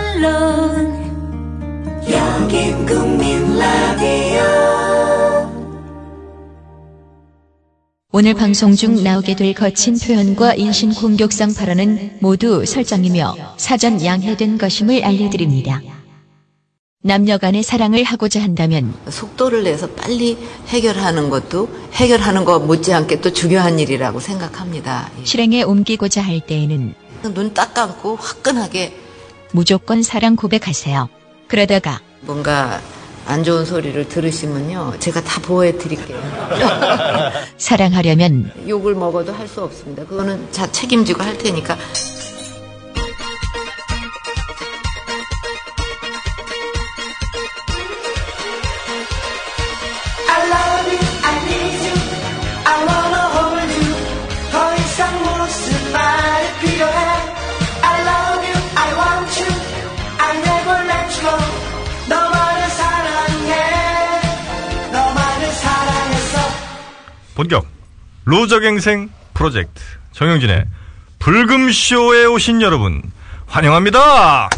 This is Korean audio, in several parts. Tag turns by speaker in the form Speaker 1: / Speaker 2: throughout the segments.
Speaker 1: 물론
Speaker 2: 여긴 국민 라디오
Speaker 3: 오늘 방송 중 나오게 될 거친 표현과 인신 공격성 발언은 모두 설정이며 사전 양해된 것임을 알려드립니다. 남녀 간의 사랑을 하고자 한다면
Speaker 4: 속도를 내서 빨리 해결하는 것도 해결하는 것 못지않게 또 중요한 일이라고 생각합니다. 예.
Speaker 3: 실행에 옮기고자 할 때에는
Speaker 4: 눈 딱 감고 화끈하게
Speaker 3: 무조건 사랑 고백하세요. 그러다가
Speaker 4: 뭔가 안 좋은 소리를 들으시면요. 제가 다 보호해 드릴게요.
Speaker 3: 사랑하려면
Speaker 4: 욕을 먹어도 할 수 없습니다. 그거는 자 책임지고 할 테니까.
Speaker 2: I love you, I need you I wanna hold you 더 이상 무슨 말이 필요해 I love you, I want you I never let you go 너만을 사랑해 너만을 사랑했어
Speaker 5: 본격 로저갱생 프로젝트 정영진의 불금쇼에 오신 여러분 환영합니다.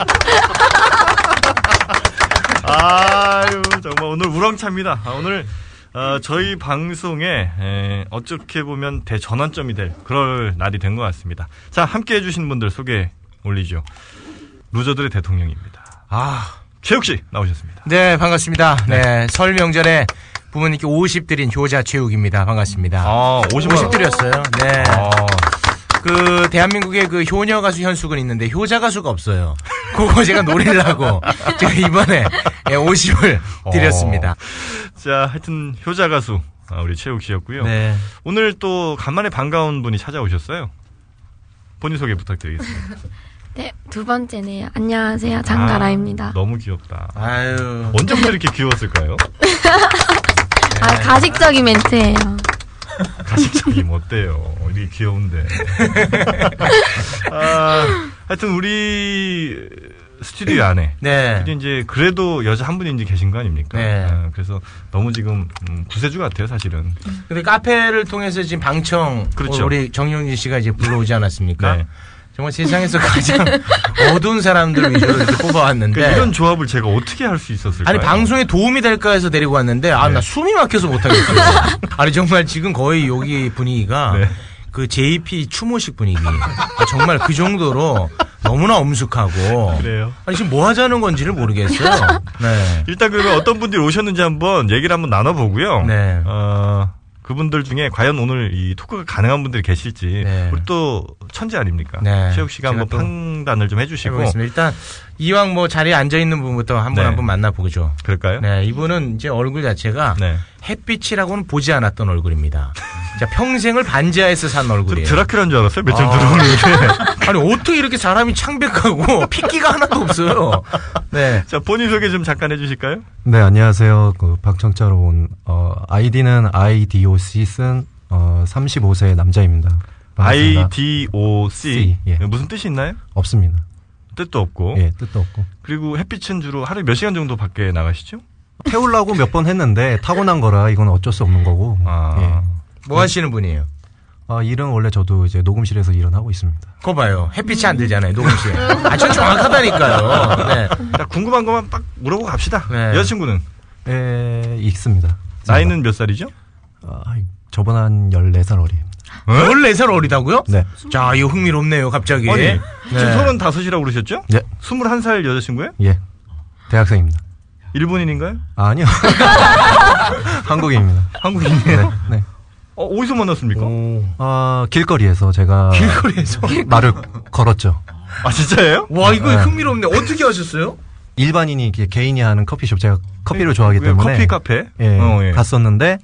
Speaker 5: 아유 정말 오늘 우렁차입니다. 아, 오늘 어, 저희 방송에 에, 어떻게 보면 대전환점이 될 그럴 날이 된 것 같습니다. 자 함께 해주신 분들 소개 올리죠. 루저들의 대통령입니다. 아 최욱 씨 나오셨습니다.
Speaker 6: 네, 반갑습니다. 네, 설 명절에 부모님께 50 드린 효자 최욱입니다. 반갑습니다.
Speaker 5: 아 50만 아.
Speaker 6: 50 드렸어요. 네.
Speaker 7: 아.
Speaker 6: 그 대한민국의 그 효녀 가수 현숙은 있는데 효자 가수가 없어요. 그거 제가 노래를 하고 제가 이번에 50을
Speaker 5: 어.
Speaker 6: 드렸습니다.
Speaker 5: 자, 하여튼 효자 가수 아, 우리 최욱 씨였고요.
Speaker 6: 네.
Speaker 5: 오늘 또 간만에 반가운 분이 찾아오셨어요. 본인 소개 부탁드리겠습니다.
Speaker 7: 네, 두 번째네요. 안녕하세요. 장가라입니다.
Speaker 5: 아, 너무 귀엽다.
Speaker 6: 아유.
Speaker 5: 언제부터 이렇게 귀여웠을까요?
Speaker 7: 아, 가식적인 멘트예요.
Speaker 5: 가식적이면 어때요? 이게 귀여운데. 아, 하여튼 우리 스튜디오 안에
Speaker 6: 네.
Speaker 5: 근데 이제 그래도 여자 한 분이 이제 계신 거 아닙니까?
Speaker 6: 네.
Speaker 5: 아, 그래서 너무 지금 음, 구세주 같아요, 사실은.
Speaker 6: 근데 카페를 통해서 지금 방청
Speaker 5: 그렇죠.
Speaker 6: 우리 정영진 씨가 이제 불러오지 않았습니까?
Speaker 5: 네.
Speaker 6: 정말 세상에서 가장 어두운 사람들 위주로 이렇게 뽑아왔는데
Speaker 5: 그 이런 조합을 제가 어떻게 할 수 있었을까요?
Speaker 6: 네. 아니 방송에 도움이 될까 해서 데리고 왔는데 아
Speaker 5: 네.
Speaker 6: 나 숨이 막혀서 못하겠어요. 아니 정말 지금 거의 여기 분위기가
Speaker 5: 네.
Speaker 6: 그 JP 추모식 분위기. 아, 정말 그 정도로 너무나 엄숙하고.
Speaker 5: 그래요?
Speaker 6: 아니 지금 뭐 하자는 건지를 모르겠어요. 네.
Speaker 5: 일단 그러면 어떤 분들이 오셨는지 한번 얘기를 한번 나눠보고요.
Speaker 6: 네.
Speaker 5: 어, 그분들 중에 과연 오늘 이 토크가 가능한 분들이 계실지
Speaker 6: 네.
Speaker 5: 우리 또 천재 아닙니까?
Speaker 6: 네.
Speaker 5: 최욱 씨가
Speaker 6: 제가
Speaker 5: 한번
Speaker 6: 또
Speaker 5: 판단을 좀 해주시고
Speaker 6: 해보겠습니다. 일단 이왕 뭐 자리에 앉아 있는 분부터 한 분 한
Speaker 5: 네.
Speaker 6: 분 만나보죠.
Speaker 5: 그럴까요?
Speaker 6: 네, 이분은 이제 얼굴 자체가
Speaker 5: 네.
Speaker 6: 햇빛이라고는 보지 않았던 얼굴입니다. 자, 평생을 반지하에서 산
Speaker 5: 저
Speaker 6: 얼굴이에요.
Speaker 5: 드라큘라인 줄 알았어요. 며칠
Speaker 6: 네. 아.
Speaker 5: 들어오는데.
Speaker 6: 아니 어떻게 이렇게 사람이 창백하고 핏기가 하나도 없어요. 네.
Speaker 5: 자 본인 소개 좀 잠깐 해주실까요?
Speaker 8: 네, 안녕하세요. 그 박청자로 온, 어, 아이디는 IDOC 쓴, 어, 35세 남자입니다. 반갑습니다.
Speaker 5: IDOC
Speaker 8: C, 예.
Speaker 5: 무슨 뜻이 있나요?
Speaker 8: 없습니다.
Speaker 5: 뜻도 없고
Speaker 8: 예, 뜻도 없고.
Speaker 5: 그리고 햇빛은 주로 하루에 몇 시간 정도 밖에 나가시죠?
Speaker 8: 태우려고 몇 번 했는데 타고난 거라 이건 어쩔 수 없는 거고.
Speaker 5: 아.
Speaker 8: 예.
Speaker 6: 뭐 하시는 분이에요?
Speaker 8: 아, 일은 원래 저도 이제 녹음실에서 일은 하고 있습니다.
Speaker 6: 그거 봐요. 햇빛이 안 들잖아요, 녹음실. 아, 전 정확하다니까요. 네.
Speaker 5: 자, 궁금한 것만 빡 물어보고 갑시다.
Speaker 6: 네.
Speaker 5: 여자친구는
Speaker 8: 예, 있습니다.
Speaker 5: 나이는 몇 살이죠?
Speaker 8: 아, 저번 한 14살 어리.
Speaker 6: 14살 어리다고요?
Speaker 8: 네.
Speaker 6: 자, 이거 흥미롭네요, 갑자기.
Speaker 5: 아니
Speaker 6: 네.
Speaker 5: 지금 서른 다섯이라고 그러셨죠?
Speaker 8: 예,
Speaker 5: 21살 여자친구예요?
Speaker 8: 예. 대학생입니다.
Speaker 5: 일본인인가요?
Speaker 8: 아, 니요 한국인입니다.
Speaker 5: 한국인이에요?
Speaker 8: 네. 네.
Speaker 5: 어, 어디서 만났습니까?
Speaker 8: 아, 길거리에서 제가
Speaker 6: 길거리에서.
Speaker 8: 말을 걸었죠.
Speaker 5: 아, 진짜예요?
Speaker 6: 와, 이거
Speaker 8: 네.
Speaker 6: 흥미롭네. 어떻게 하셨어요?
Speaker 8: 일반인이 이렇게 개인이 하는 커피숍 제가 커피를 좋아하기
Speaker 5: 네. 왜
Speaker 8: 때문에
Speaker 5: 커피 카페?
Speaker 8: 예,
Speaker 5: 어, 예.
Speaker 8: 갔었는데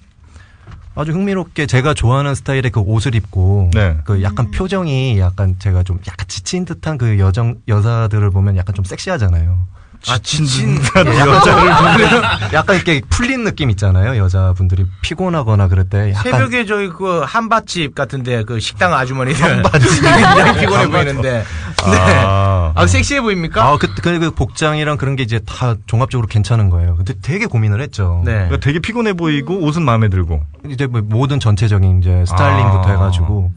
Speaker 8: 아주 흥미롭게 제가 좋아하는 스타일의 그 옷을 입고
Speaker 5: 네.
Speaker 8: 그 약간 표정이 약간 제가 좀 약간 지친 듯한 그 여정 여자들을 보면 약간 좀 섹시하잖아요.
Speaker 6: 아, 지친.
Speaker 8: 여자를 보면 약간 이렇게 풀린 느낌 있잖아요. 여자분들이 피곤하거나 그럴 때 약간
Speaker 6: 새벽에 저희 그 한밭집 같은데 그 식당 아주머니들. 한밭집. 굉장히 피곤해 보이는데.
Speaker 5: 아, 어.
Speaker 6: 아, 섹시해 보입니까?
Speaker 8: 아, 그, 그, 그 복장이랑 그런 게 이제 다 종합적으로 괜찮은 거예요. 근데 되게 고민을 했죠.
Speaker 6: 네.
Speaker 5: 그러니까 되게 피곤해 보이고 옷은 마음에 들고.
Speaker 8: 이제 뭐 모든 전체적인 이제
Speaker 5: 아.
Speaker 8: 스타일링부터 해가지고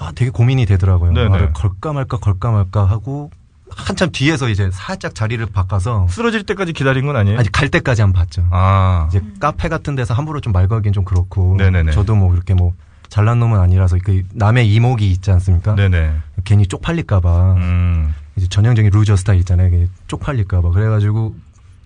Speaker 8: 아 되게 고민이 되더라고요.
Speaker 5: 네네.
Speaker 8: 말을 걸까 말까 걸까 말까 하고 한참 뒤에서 이제 살짝 자리를 바꿔서
Speaker 5: 쓰러질 때까지 기다린 건 아니에요?
Speaker 8: 아직 갈 때까지 한 번 봤죠.
Speaker 5: 네. 아.
Speaker 8: 이제 카페 같은 데서 함부로 좀 말 걸긴 좀 그렇고
Speaker 5: 네네네.
Speaker 8: 저도 뭐 이렇게 뭐 잘난 놈은 아니라서 그 남의 이목이 있지 않습니까?
Speaker 5: 네네.
Speaker 8: 괜히 쪽팔릴까봐
Speaker 5: 음.
Speaker 8: 이제 전형적인 루저 스타일 있잖아요. 이게 쪽팔릴까봐 그래가지고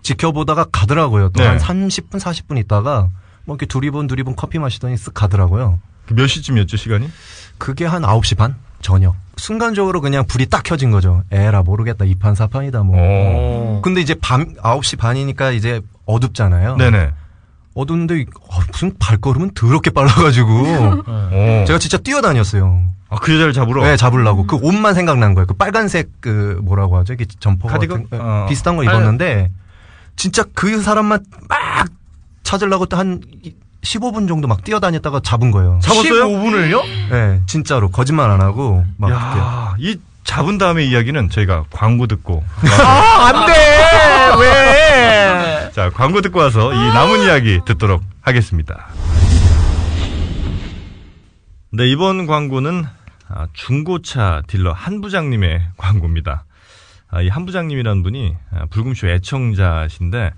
Speaker 8: 지켜보다가 가더라고요. 또
Speaker 5: 네.
Speaker 8: 한 30분 40분 있다가 뭐 이렇게 두리번 두리번 커피 마시더니 쓱 가더라고요.
Speaker 5: 그몇 시쯤이었죠 시간이?
Speaker 8: 그게 한 9시 반? 저녁. 순간적으로 그냥 불이 딱 켜진 거죠. 에라, 모르겠다. 이판사판이다 뭐.
Speaker 5: 오.
Speaker 8: 근데 이제 밤 9시 반이니까 이제 어둡잖아요.
Speaker 5: 네네.
Speaker 8: 어두운데 이- 어, 무슨 발걸음은 더럽게 빨라가지고
Speaker 5: 오.
Speaker 8: 제가 진짜 뛰어다녔어요.
Speaker 5: 아, 그 여자를 잡으러.
Speaker 8: 네, 잡으려고. 그 옷만 생각난 거예요. 그 빨간색 그 뭐라고 하죠? 이게 점퍼
Speaker 5: 카디건?
Speaker 8: 같은
Speaker 5: 어.
Speaker 8: 비슷한 걸
Speaker 5: 빨간-
Speaker 8: 입었는데 진짜 그 사람만 막 찾으려고 또 한 15분 정도 막 뛰어다녔다가 잡은 거예요.
Speaker 5: 잡았어요?
Speaker 6: 15분을요?
Speaker 8: 네, 진짜로 거짓말 안 하고 막 이렇게
Speaker 5: 야, 이 잡은 다음에 이야기는 저희가 광고 듣고
Speaker 6: 아, 안 돼! 왜?
Speaker 5: 자 광고 듣고 와서 이 남은 이야기 듣도록 하겠습니다. 네 이번 광고는 아, 중고차 딜러 한 부장님의 광고입니다. 아, 이 한 부장님이라는 분이 아, 불금쇼 애청자신데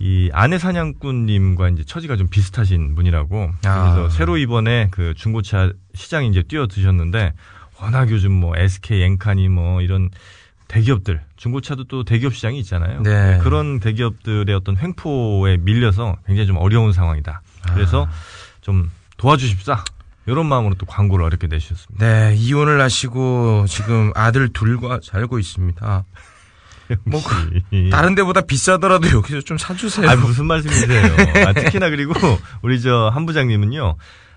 Speaker 5: 이 아내 사냥꾼님과 이제 처지가 좀 비슷하신 분이라고 그래서
Speaker 6: 아.
Speaker 5: 새로 이번에 그 중고차 시장에 이제 뛰어드셨는데 워낙 요즘 뭐 SK 엔카니 뭐 이런 대기업들 중고차도 또 대기업 시장이 있잖아요.
Speaker 6: 네.
Speaker 5: 그런 대기업들의 어떤 횡포에 밀려서 굉장히 좀 어려운 상황이다.
Speaker 6: 아.
Speaker 5: 그래서 좀 도와주십사 이런 마음으로 또 광고를 어렵게 내주셨습니다.
Speaker 6: 네, 이혼을 하시고 지금 아들 둘과 살고 있습니다. 뭐
Speaker 5: 이-
Speaker 6: 다른 데보다 비싸더라도 여기서 좀 사주세요.
Speaker 5: 예. 그, 아 무슨 말씀이세요? 아,
Speaker 6: 네.
Speaker 5: 특히나 그리고 우리 저 한 부장님은요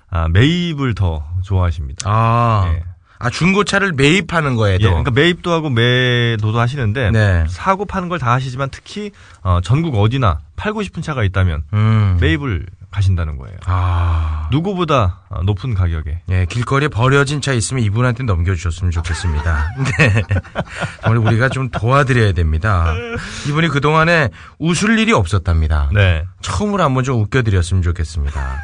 Speaker 5: 아, 매입을 더 좋아하십니다.
Speaker 6: 아,
Speaker 5: 예.
Speaker 6: 아, 중고차를 매입하는 거에
Speaker 5: 예,
Speaker 6: 도
Speaker 5: 그러니까 매입도 하고 매도도 하시는데
Speaker 6: 네.
Speaker 5: 사고 파는 걸 다 하시지만 특히 어, 전국 어디나 팔고 싶은 차가 있다면
Speaker 6: 음.
Speaker 5: 매입을 가신다는 거예요.
Speaker 6: 아,
Speaker 5: 누구보다 어, 높은 가격에.
Speaker 6: 예, 길거리에 버려진 차 있으면 이분한테 넘겨주셨으면 좋겠습니다. 네. 오늘 우리가 좀 도와드려야 됩니다. 이분이 그동안에 웃을 일이 없었답니다.
Speaker 5: 네.
Speaker 6: 처음으로 한번 좀 웃겨드렸으면 좋겠습니다.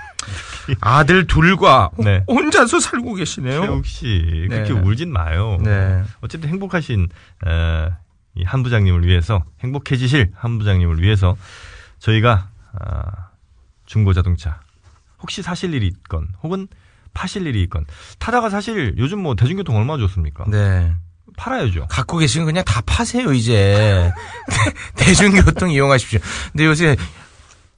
Speaker 6: 아들 둘과
Speaker 5: 네.
Speaker 6: 혼자서 살고 계시네요.
Speaker 5: 최욱 씨 그렇게
Speaker 6: 네.
Speaker 5: 울진 마요.
Speaker 6: 네.
Speaker 5: 어쨌든 행복하신 에, 이한 부장님을 위해서 행복해지실 한 부장님을 위해서 저희가 아, 중고 자동차 혹시 사실 일이 있건 혹은 파실 일이 있건 타다가 사실 요즘 뭐 대중교통 얼마 나 좋습니까?
Speaker 6: 네.
Speaker 5: 팔아야죠.
Speaker 6: 갖고 계시면 그냥 다 파세요, 이제. 대- 대중교통 이용하십시오. 근데 요새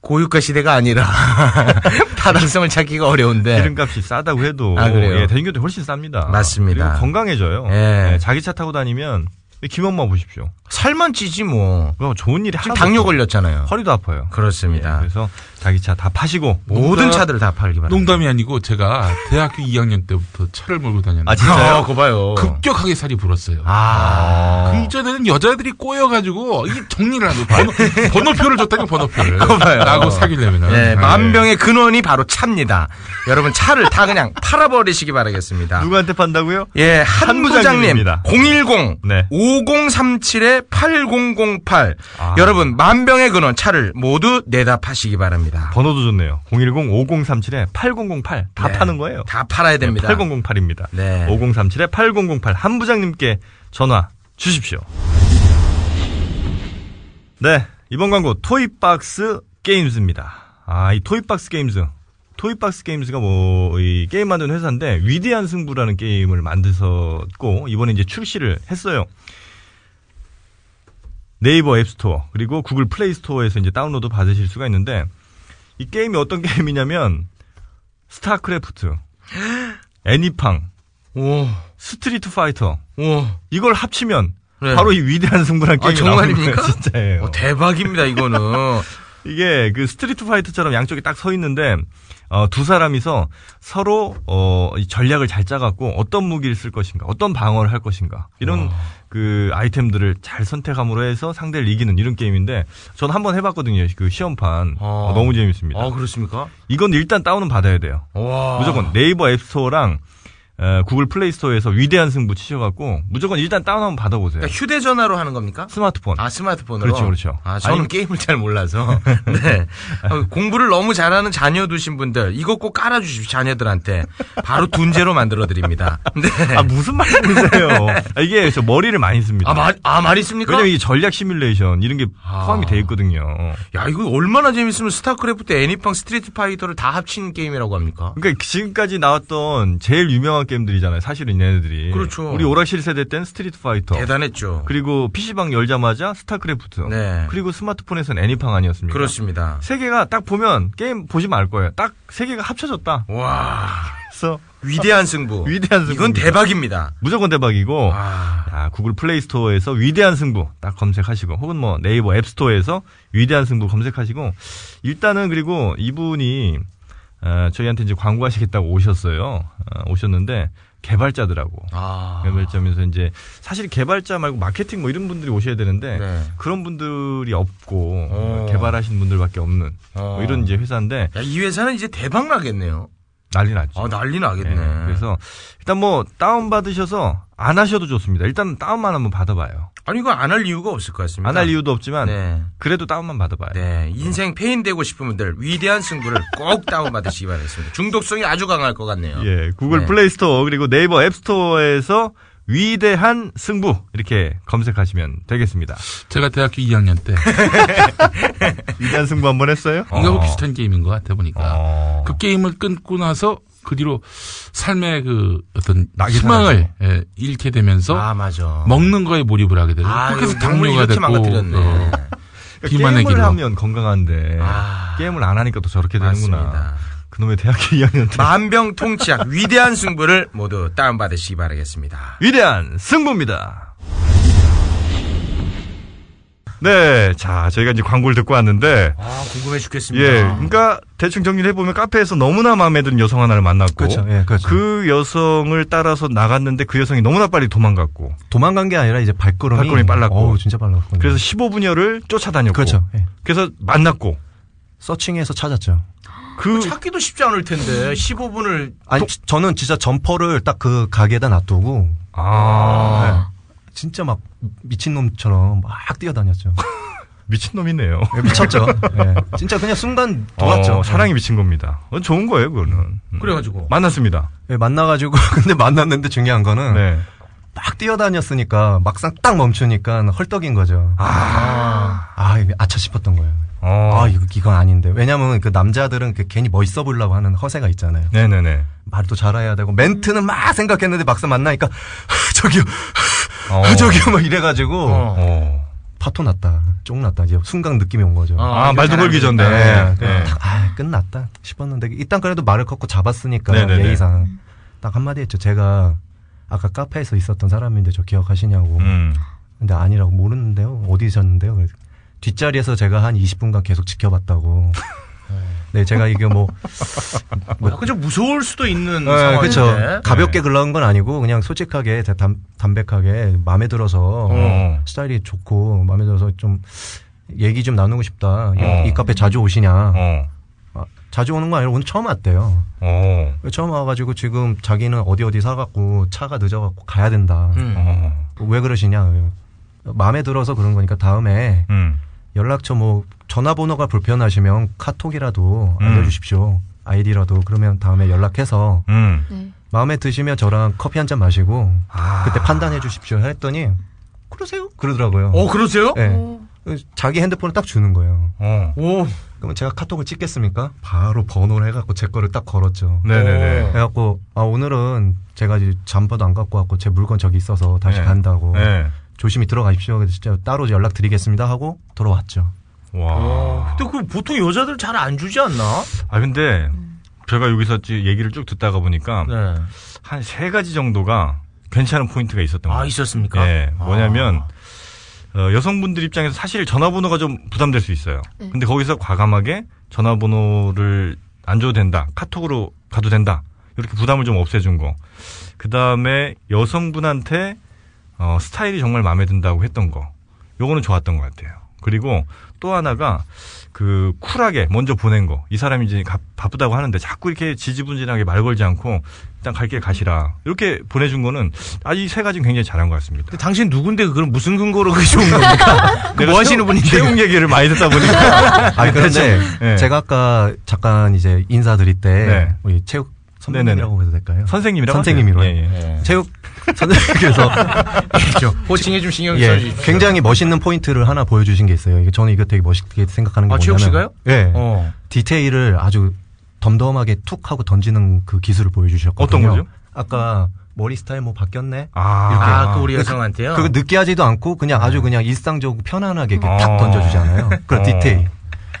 Speaker 6: 고유가 시대가 아니라 타당성을 찾기가 어려운데.
Speaker 5: 기름값이 싸다고 해도
Speaker 6: 네. 아, 그래요?
Speaker 5: 예, 대중교통이 훨씬 쌉니다.
Speaker 6: 맞습니다.
Speaker 5: 그리고 건강해져요.
Speaker 6: 예.
Speaker 5: 예, 자기 차 타고 다니면 김엄마 보십시오.
Speaker 6: 살만 찌지 뭐.
Speaker 5: 그럼 좋은 일이 하나
Speaker 6: 지금 당뇨 걸렸잖아요.
Speaker 5: 허리도 아파요. 예,
Speaker 6: 그렇습니다.
Speaker 5: 그래서 자기 차 다 파시고
Speaker 6: 모든 차들 다 팔기 바랍니다.
Speaker 1: 농담이 아니고 제가 대학교 2학년 때부터 차를 몰고 다녔는데
Speaker 5: 아 진짜요?
Speaker 6: 어, 그거 봐요.
Speaker 1: 급격하게 살이 불었어요.
Speaker 6: 아.
Speaker 1: 그 이전에는 여자들이 꼬여가지고 이게 정리를 하고 번호, 번호표를 줬다니까 번호표를.
Speaker 6: 봐요.
Speaker 1: 나하고 사귀려면.
Speaker 6: 네, 만병의 근원이 바로 차입니다. 여러분 차를 다 그냥 팔아버리시기 바라겠습니다.
Speaker 5: 누구한테 판다고요?
Speaker 6: 예, 한 부장님
Speaker 5: 부장님입니다.
Speaker 6: 010
Speaker 5: 네.
Speaker 6: 5037에 8008.
Speaker 5: 아.
Speaker 6: 여러분 만병의 근원 차를 모두 내다 파시기 바랍니다.
Speaker 5: 번호도 좋네요. 010-5037에 8008. 다
Speaker 6: 네.
Speaker 5: 파는 거예요.
Speaker 6: 다 팔아야 됩니다.
Speaker 5: 8008입니다.
Speaker 6: 네.
Speaker 5: 5037에 8008. 한 부장님께 전화 주십시오. 네. 이번 광고 토이박스 게임즈입니다. 아, 이 토이박스 게임즈. 토이박스 게임즈가 뭐, 이 게임 만드는 회사인데, 위대한 승부라는 게임을 만드셨고, 이번에 이제 출시를 했어요. 네이버 앱스토어, 그리고 구글 플레이스토어에서 이제 다운로드 받으실 수가 있는데, 이 게임이 어떤 게임이냐면, 스타크래프트, 애니팡,
Speaker 6: 오,
Speaker 5: 스트리트 파이터,
Speaker 6: 오,
Speaker 5: 이걸 합치면,
Speaker 6: 네.
Speaker 5: 바로 이 위대한 승부라는
Speaker 6: 아,
Speaker 5: 게임이 나오는
Speaker 6: 정말입니까?
Speaker 5: 거예요, 진짜예요.
Speaker 6: 어, 대박입니다 이거는.
Speaker 5: 이게 그 스트리트 파이터처럼 양쪽에 딱 서 있는데 어, 두 사람이서 서로 어, 이 전략을 잘 짜갖고 어떤 무기를 쓸 것인가, 어떤 방어를 할 것인가 이런 그 아이템들을 잘 선택함으로 해서 상대를 이기는 이런 게임인데 저는 한번 해봤거든요. 그 시험판
Speaker 6: 어.
Speaker 5: 어, 너무 재밌습니다.
Speaker 6: 아 그렇습니까?
Speaker 5: 이건 일단 다운은 받아야 돼요.
Speaker 6: 와.
Speaker 5: 무조건 네이버 앱스토어랑 어, 구글 플레이 스토어에서 위대한 승부 치셔갖고 무조건 일단 다운하면 받아보세요.
Speaker 6: 그러니까 휴대전화로 하는 겁니까?
Speaker 5: 스마트폰.
Speaker 6: 아 스마트폰으로.
Speaker 5: 그렇죠, 그렇죠.
Speaker 6: 아 저는
Speaker 5: 아니면-
Speaker 6: 게임을 잘 몰라서. 네. 어, 공부를 너무 잘하는 자녀 두신 분들 이거 꼭 깔아주십시오 자녀들한테 바로 둔제로 만들어 드립니다. 네.
Speaker 5: 아, 무슨 말씀이세요? 아, 이게 저 머리를 많이 씁니다.
Speaker 6: 아말아말 있습니까?
Speaker 5: 왜냐면 이 전략 시뮬레이션 이런 게
Speaker 6: 아.
Speaker 5: 포함이 돼 있거든요.
Speaker 6: 야 이거 얼마나 재밌으면 스타크래프트, 애니팡, 스트리트 파이터를 다 합친 게임이라고 합니까?
Speaker 5: 그러니까 지금까지 나왔던 제일 유명한 게임들이잖아요. 사실은 얘네들이.
Speaker 6: 그렇죠.
Speaker 5: 우리 오락실 세대 땐 스트리트 파이터.
Speaker 6: 대단했죠.
Speaker 5: 그리고 PC방 열자마자 스타크래프트.
Speaker 6: 네.
Speaker 5: 그리고 스마트폰에선 애니팡 아니었습니까?
Speaker 6: 그렇습니다.
Speaker 5: 세 개가 딱 보면 게임 보시면 알 거예요. 딱 세 개가 합쳐졌다.
Speaker 6: 와
Speaker 5: 그래서
Speaker 6: 위대한 승부.
Speaker 5: 위대한 승부.
Speaker 6: 이건 대박입니다.
Speaker 5: 무조건 대박이고
Speaker 6: 와.
Speaker 5: 아, 구글 플레이 스토어에서 위대한 승부 딱 검색하시고 혹은 뭐 네이버 앱 스토어에서 위대한 승부 검색하시고 일단은 그리고 이분이 어, 저희한테 이제 광고하시겠다고 오셨어요. 어, 오셨는데 개발자더라고.
Speaker 6: 아.
Speaker 5: 개발자면서 이제 사실 개발자 말고 마케팅 뭐 이런 분들이 오셔야 되는데
Speaker 6: 네.
Speaker 5: 그런 분들이 없고
Speaker 6: 어.
Speaker 5: 개발하신 분들밖에 없는 뭐
Speaker 6: 어.
Speaker 5: 이런 이제 회사인데
Speaker 6: 야, 이 회사는 이제 대박 나겠네요.
Speaker 5: 난리 났죠.
Speaker 6: 아 난리 나겠네.
Speaker 5: 예, 그래서 일단 뭐 다운 받으셔서 안 하셔도 좋습니다. 일단 다운만 한번 받아봐요.
Speaker 6: 아니 이거 안 할 이유가 없을 것 같습니다.
Speaker 5: 안 할 이유도 없지만
Speaker 6: 네.
Speaker 5: 그래도 다운만 받아봐요.
Speaker 6: 네, 인생 페인 되고 싶은 분들 위대한 승부를 꼭 다운 받으시기 바라겠습니다. 중독성이 아주 강할 것 같네요.
Speaker 5: 예, 구글
Speaker 6: 네.
Speaker 5: 플레이 스토어 그리고 네이버 앱 스토어에서 위대한 승부 이렇게 검색하시면 되겠습니다.
Speaker 1: 제가 대학교 2학년 때
Speaker 5: 위대한 승부 한번 했어요?
Speaker 1: 이거하고 비슷한 게임인 것 같아 보니까
Speaker 5: 어.
Speaker 1: 그 게임을 끊고 나서 그 뒤로 삶의 그 어떤
Speaker 5: 낙이
Speaker 1: 희망을 예, 잃게 되면서
Speaker 6: 아 맞아.
Speaker 5: 뭐,
Speaker 1: 먹는 거에 몰입을 하게 되고
Speaker 6: 아,
Speaker 1: 그래서
Speaker 6: 이거 몸을
Speaker 1: 당뇨가
Speaker 6: 이렇게
Speaker 1: 됐고
Speaker 6: 망가뜨렸네.
Speaker 1: 어,
Speaker 5: 그러니까
Speaker 1: 비만의
Speaker 5: 게임을
Speaker 1: 길로.
Speaker 5: 하면
Speaker 8: 네.
Speaker 5: 건강한데
Speaker 6: 아.
Speaker 5: 게임을 안 하니까 또 저렇게 되는구나.
Speaker 6: 맞습니다.
Speaker 5: 그놈의 대학교 2학년 때
Speaker 6: 만병통치약 위대한 승부를 모두 다운 받으시기 바라겠습니다.
Speaker 5: 위대한 승부입니다. 네, 자 저희가 이제 광고를 듣고 왔는데
Speaker 6: 아 궁금해 죽겠습니다.
Speaker 5: 예, 그러니까 대충 정리를 해보면 카페에서 너무나 마음에 드는 여성 하나를 만났고
Speaker 8: 그렇죠. 예, 그렇죠.
Speaker 5: 그 여성을 따라서 나갔는데 그 여성이 너무나 빨리 도망갔고
Speaker 8: 도망간 게 아니라 이제 발걸음이,
Speaker 5: 발걸음이 빨랐고.
Speaker 8: 어우, 진짜 빨랐고.
Speaker 5: 그래서 15분여를 쫓아다녔고
Speaker 8: 그렇죠. 예.
Speaker 5: 그래서 만났고
Speaker 8: 서칭해서 찾았죠.
Speaker 5: 그
Speaker 6: 그러니까 찾기도 쉽지 않을 텐데 15분을
Speaker 8: 아니 지- 저는 진짜 점퍼를 딱 그 가게에다 놔두고
Speaker 5: 아,
Speaker 8: 진짜 막 미친놈처럼 막 뛰어다녔죠.
Speaker 5: 미친놈이네요.
Speaker 8: 예, 미쳤죠. 예. 진짜 그냥 순간
Speaker 5: 어,
Speaker 8: 돌았죠. 예.
Speaker 5: 사랑이 미친 겁니다. 어, 좋은 거예요, 그거는. 음.
Speaker 6: 그래가지고
Speaker 5: 만났습니다.
Speaker 8: 예, 만나가지고 근데 만났는데 중요한 거는
Speaker 5: 네.
Speaker 8: 막 뛰어다녔으니까 막상 딱 멈추니까 헐떡인 거죠. 아, 이게 아차 싶었던 거예요.
Speaker 5: 어.
Speaker 8: 아 이거 이건 아닌데 왜냐면 그 남자들은 그 괜히 멋있어 보이려고 하는 허세가 있잖아요.
Speaker 5: 네네네.
Speaker 8: 말도 잘해야 되고 멘트는 막 생각했는데 막상 만나니까 저기요,
Speaker 5: 어.
Speaker 8: 저기요 막 이래가지고
Speaker 5: 어.
Speaker 8: 파토 났다, 쫑 났다 이제 순간 느낌이 온 거죠.
Speaker 6: 어.
Speaker 5: 아, 말도 걸기 전에.
Speaker 8: 네,
Speaker 5: 네.
Speaker 8: 그냥 딱, 아, 끝났다 싶었는데 일단 그래도 말을 걷고 잡았으니까
Speaker 5: 네네네.
Speaker 8: 예의상 딱 한마디 했죠. 제가 아까 카페에서 있었던 사람인데 저 기억하시냐고.
Speaker 5: 음.
Speaker 8: 근데 아니라고 모르는데요. 어디셨는데요? 그래서 뒷자리에서 제가 한 20분간 계속 지켜봤다고. 네, 제가 이게 뭐, 뭐
Speaker 6: 아, 그좀 무서울 수도 있는
Speaker 8: 네,
Speaker 6: 상황인데.
Speaker 8: 그렇죠. 가볍게 글러온 건 아니고 그냥 솔직하게 대- 담, 담백하게 마음에 들어서
Speaker 5: 어.
Speaker 8: 스타일이 좋고 마음에 들어서 좀 얘기 좀 나누고 싶다. 이-
Speaker 5: 어.
Speaker 8: 이 카페 자주 오시냐?
Speaker 5: 어.
Speaker 8: 아, 자주 오는 거 아니라 오늘 처음 왔대요.
Speaker 5: 어.
Speaker 8: 처음 와가지고 지금 자기는 어디 어디 사갖고 차가 늦어갖고 가야 된다.
Speaker 6: 음.
Speaker 5: 어.
Speaker 8: 왜 그러시냐? 마음에 들어서 그런 거니까 다음에
Speaker 5: 음.
Speaker 8: 연락처 뭐 전화번호가 불편하시면 카톡이라도
Speaker 5: 음.
Speaker 8: 알려주십시오. 아이디라도 그러면 다음에 연락해서
Speaker 5: 음.
Speaker 7: 네.
Speaker 8: 마음에 드시면 저랑 커피 한 잔 마시고 그때 판단해 주십시오 했더니 그러세요? 그러더라고요.
Speaker 6: 어 그러세요?
Speaker 8: 예.
Speaker 7: 오.
Speaker 8: 자기 핸드폰을 딱 주는 거예요.
Speaker 5: 어.
Speaker 6: 오.
Speaker 8: 그러면 제가 카톡을 찍겠습니까? 바로 번호를 해갖고 제 거를 딱 걸었죠.
Speaker 5: 네네네.
Speaker 8: 그래갖고 아 오늘은 제가 이제 잠바도 안 갖고 왔고 제 물건 저기 있어서 다시
Speaker 5: 네.
Speaker 8: 간다고
Speaker 5: 네.
Speaker 8: 조심히 들어가십시오. 그래서 진짜 따로 연락 드리겠습니다 하고 들어왔죠.
Speaker 5: 와.
Speaker 6: 근데 그 보통 여자들 잘 안 주지 않나?
Speaker 5: 아 근데 제가 여기서 지- 얘기를 쭉 듣다가 보니까
Speaker 6: 네.
Speaker 5: 한 세 가지 정도가 괜찮은 포인트가 있었던
Speaker 6: 아
Speaker 5: 거예요.
Speaker 6: 있었습니까?
Speaker 5: 예, 뭐냐면
Speaker 6: 아.
Speaker 5: 어, 여성분들 입장에서 사실 전화번호가 좀 부담될 수 있어요. 근데 거기서 과감하게 전화번호를 안 줘도 된다. 카톡으로 가도 된다. 이렇게 부담을 좀 없애준 거. 그 다음에 여성분한테 어, 스타일이 정말 마음에 든다고 했던 거. 요거는 좋았던 것 같아요. 그리고 또 하나가 그 쿨하게 먼저 보낸 거. 이 사람이 이제 가- 바쁘다고 하는데 자꾸 이렇게 지지분진하게 말 걸지 않고 일단 갈 길 가시라. 이렇게 보내준 거는 아이 세 가지는 굉장히 잘한 것 같습니다.
Speaker 6: 근데 당신 누군데 그럼 무슨 근거로 그게 좋은 겁니까? 그뭐 하시는 분인데?
Speaker 5: 채용 얘기를 많이 듣다 보니까.
Speaker 8: 아 그런데
Speaker 5: 네.
Speaker 8: 제가 아까 잠깐 이제 인사드릴 때
Speaker 5: 네.
Speaker 8: 우리 체육 선배님이라고 해도 될까요?
Speaker 5: 선생님이라고
Speaker 8: 선생님으로
Speaker 5: 하세요. 예, 예.
Speaker 8: 체육 선생님께서
Speaker 6: 그렇죠. 호칭에 좀 신경
Speaker 8: 예,
Speaker 6: 써주십시오.
Speaker 8: 굉장히 멋있는 포인트를 하나 보여주신 게 있어요. 이게 저는 이거 되게 멋있게 생각하는 게
Speaker 6: 아,
Speaker 8: 뭐냐면
Speaker 6: 최욱 씨가요?
Speaker 8: 예.
Speaker 6: 어.
Speaker 8: 디테일을 아주 덤덤하게 툭 하고 던지는 그 기술을 보여주셨거든요.
Speaker 5: 어떤 거죠?
Speaker 8: 아까 머리 스타일 뭐 바뀌었네.
Speaker 5: 아,
Speaker 8: 이렇게.
Speaker 6: 아, 그 우리 여성한테요?
Speaker 8: 그거 느끼하지도 않고 그냥 아주 그냥 일상적으로 편안하게 이렇게
Speaker 5: 어.
Speaker 8: 탁 던져주잖아요. 그런
Speaker 5: 네. 어.
Speaker 8: 디테일.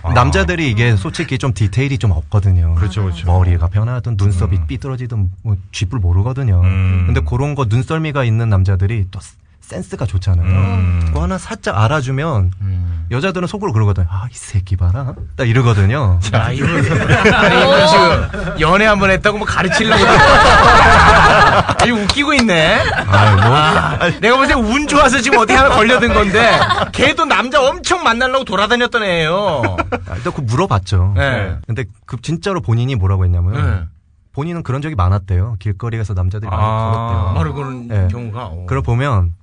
Speaker 5: 아.
Speaker 8: 남자들이 이게 솔직히 좀 디테일이 좀 없거든요.
Speaker 5: 그렇죠, 그렇죠.
Speaker 8: 머리가 편하든 눈썹이
Speaker 5: 음.
Speaker 8: 삐뚤어지든 뭐 쥐뿔 모르거든요.
Speaker 5: 음.
Speaker 8: 근데 그런 거 눈썰미가 있는 남자들이 또 스- 센스가 좋잖아요.
Speaker 5: 음.
Speaker 8: 그거 하나 살짝 알아주면
Speaker 6: 음.
Speaker 8: 여자들은 속으로 그러거든요. 아, 이 새끼 봐라. 딱 이러거든요.
Speaker 6: 아, 이분. 아니,
Speaker 5: 어.
Speaker 6: 이분 지금 연애 한 번 했다고 뭐 가르치려고. 아니, 웃기고 있네.
Speaker 5: 뭐.
Speaker 6: 아, 내가 보기엔 운 좋아서 지금 어디 하나 걸려든 건데, 걔도 남자 엄청 만나려고 돌아다녔던 애예요.
Speaker 8: 아, 일단 그 물어봤죠.
Speaker 6: 네.
Speaker 8: 근데 그 진짜로 본인이 뭐라고 했냐면요.
Speaker 6: 네.
Speaker 8: 본인은 그런 적이 많았대요. 길거리에서 남자들이 많이
Speaker 5: 아.
Speaker 8: 걸었대요.
Speaker 6: 바로 그런
Speaker 8: 네.
Speaker 6: 경우가. 어.
Speaker 8: 그걸 보면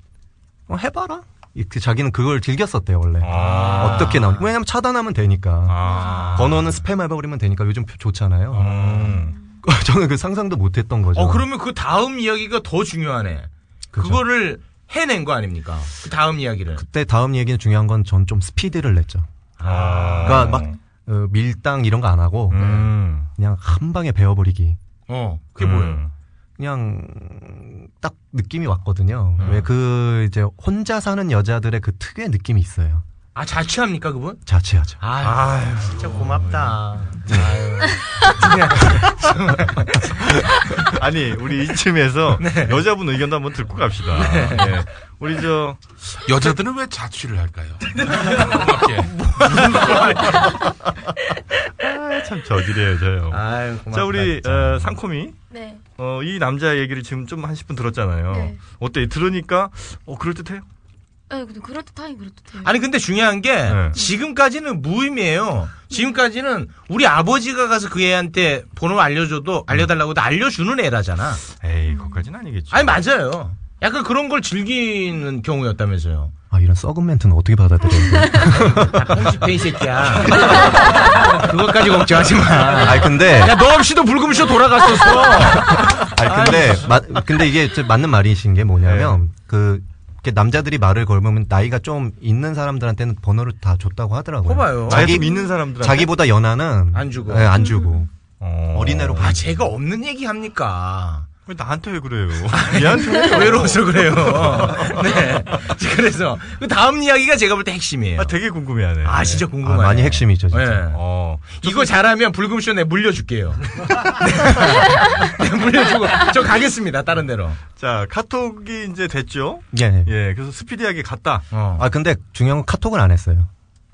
Speaker 8: 어, 해봐라. 이렇게 자기는 그걸 즐겼었대요 원래.
Speaker 5: 아.
Speaker 8: 어떻게 나오? 왜냐면 차단하면 되니까.
Speaker 5: 아.
Speaker 8: 번호는 스팸 해버리면 되니까 요즘 표- 좋잖아요.
Speaker 5: 음.
Speaker 8: 저는 그 상상도 못했던 거죠.
Speaker 6: 어, 그러면 그 다음 이야기가 더 중요하네.
Speaker 8: 그죠.
Speaker 6: 그거를 해낸 거 아닙니까? 그 다음 이야기를.
Speaker 8: 그때 다음 얘기는 중요한 건 전 좀 스피드를 냈죠.
Speaker 5: 아.
Speaker 8: 그러니까 막 어, 밀당 이런 거 안 하고
Speaker 5: 음.
Speaker 8: 그냥 한 방에 배워버리기.
Speaker 6: 어, 그게
Speaker 5: 음.
Speaker 6: 뭐예요?
Speaker 8: 그냥 딱 느낌이 왔거든요.
Speaker 6: 음.
Speaker 8: 왜 그 이제 혼자 사는 여자들의 그 특유의 느낌이 있어요.
Speaker 6: 아, 자취합니까, 그분?
Speaker 8: 자취하죠. 음.
Speaker 6: 아유,
Speaker 5: 아유.
Speaker 6: 진짜 고맙다.
Speaker 5: 아니 우리 이쯤에서
Speaker 6: 네.
Speaker 5: 여자분 의견도 한번 듣고 갑시다. 예. 우리 저
Speaker 1: 여자들은 왜 자취를 할까요?
Speaker 5: 참 저질이에요 저요.
Speaker 6: 아유, 고맙다.
Speaker 5: 자 우리
Speaker 6: 진짜.
Speaker 5: 어, 상콤이
Speaker 7: 네.
Speaker 5: 어, 이 남자 얘기를 지금 좀 한 10분 들었잖아요.
Speaker 7: 네.
Speaker 5: 어때 들으니까 어 그럴 듯해요?
Speaker 7: 네, 근데 그럴듯하긴 그럴듯해요.
Speaker 6: 아니 근데 중요한 게
Speaker 5: 네.
Speaker 6: 지금까지는 무의미해요. 지금까지는 우리 아버지가 가서 그 애한테 번호 알려줘도 알려달라고 해도 알려주는 애라잖아.
Speaker 5: 에이 그것까지는 아니겠죠.
Speaker 6: 아니 맞아요. 약간 그런 걸 즐기는 경우였다면서요.
Speaker 8: 아 이런 썩은 멘트는 어떻게 받아들여야 돼?
Speaker 6: 홍집해 이 새끼야. 그것까지 걱정하지 마.
Speaker 8: 아 근데
Speaker 6: 야 너 없이도 불금쇼 돌아갔었어.
Speaker 8: 아 근데 마- 근데 이게 진짜 맞는 말이신 게 뭐냐면
Speaker 6: 네.
Speaker 8: 그 이렇게 남자들이 말을 걸면 나이가 좀 있는 사람들한테는 번호를 다 줬다고 하더라고요.
Speaker 6: 봐봐요.
Speaker 5: 나이 좀 있는 사람들한테?
Speaker 8: 자기보다 연하는
Speaker 6: 안 주고.
Speaker 8: 예, 안 주고.
Speaker 5: 어.
Speaker 8: 어린애로
Speaker 6: 아 제가 없는 얘기 합니까?
Speaker 5: 왜 나한테 왜 그래요? 얘한테
Speaker 6: 외로워서 그래요. 네. 그래서 그 다음 이야기가 제가 볼 때 핵심이에요.
Speaker 5: 아 되게 궁금해하네.
Speaker 6: 아 진짜
Speaker 8: 아,
Speaker 6: 궁금해.
Speaker 8: 많이 핵심이죠, 진짜.
Speaker 6: 네.
Speaker 5: 어.
Speaker 6: 이거 잘하면 불금쇼 내 물려줄게요. 네, 물려주고 저 가겠습니다. 다른 데로.
Speaker 5: 자 카톡이 이제 됐죠.
Speaker 8: 예. 예.
Speaker 5: 예 그래서 스피디하게 갔다.
Speaker 6: 어.
Speaker 8: 아 근데 중요한 건 카톡은 안 했어요.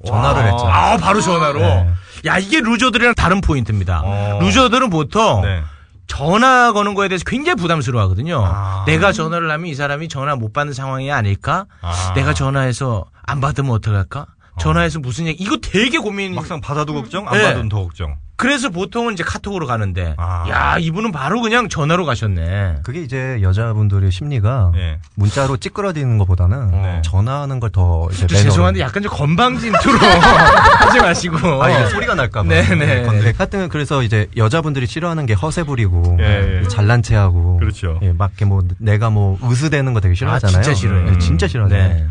Speaker 8: 전화를 했죠.
Speaker 6: 아 바로 전화로.
Speaker 8: 네.
Speaker 6: 야 이게 루저들이랑 다른 포인트입니다.
Speaker 5: 어.
Speaker 6: 루저들은 보통
Speaker 5: 네.
Speaker 6: 전화 거는 거에 대해서 굉장히 부담스러워하거든요.
Speaker 5: 아.
Speaker 6: 내가 전화를 하면 이 사람이 전화 못 받는 상황이 아닐까?
Speaker 5: 아.
Speaker 6: 내가 전화해서 안 받으면 어떡할까? 전화해서 무슨 얘기? 이거 되게 고민.
Speaker 5: 막상 받아도 걱정 안
Speaker 6: 네.
Speaker 5: 받아도 더 걱정.
Speaker 6: 그래서 보통은 이제 카톡으로 가는데,
Speaker 5: 아.
Speaker 6: 야 이분은 바로 그냥 전화로 가셨네.
Speaker 8: 그게 이제 여자분들의 심리가
Speaker 6: 네.
Speaker 5: 예.
Speaker 8: 문자로 찌그러지는 것보다는
Speaker 5: 네.
Speaker 8: 전화하는 걸 더 이제
Speaker 6: 또
Speaker 8: 매너로-
Speaker 6: 죄송한데 약간 좀 건방진투로 하지 마시고.
Speaker 8: 아, 이게 소리가 날까봐.
Speaker 6: 어. 네네.
Speaker 8: 건데. 하여튼 그래서 이제 여자분들이 싫어하는 게 허세 부리고
Speaker 5: 예, 예.
Speaker 8: 잘난 체하고
Speaker 5: 그렇죠.
Speaker 8: 예, 막 이렇게 뭐 내가 뭐 으스대는 거 되게 싫어하잖아요.
Speaker 6: 아, 진짜 싫어요.
Speaker 8: 예, 진짜 싫어하잖아요.
Speaker 6: 네.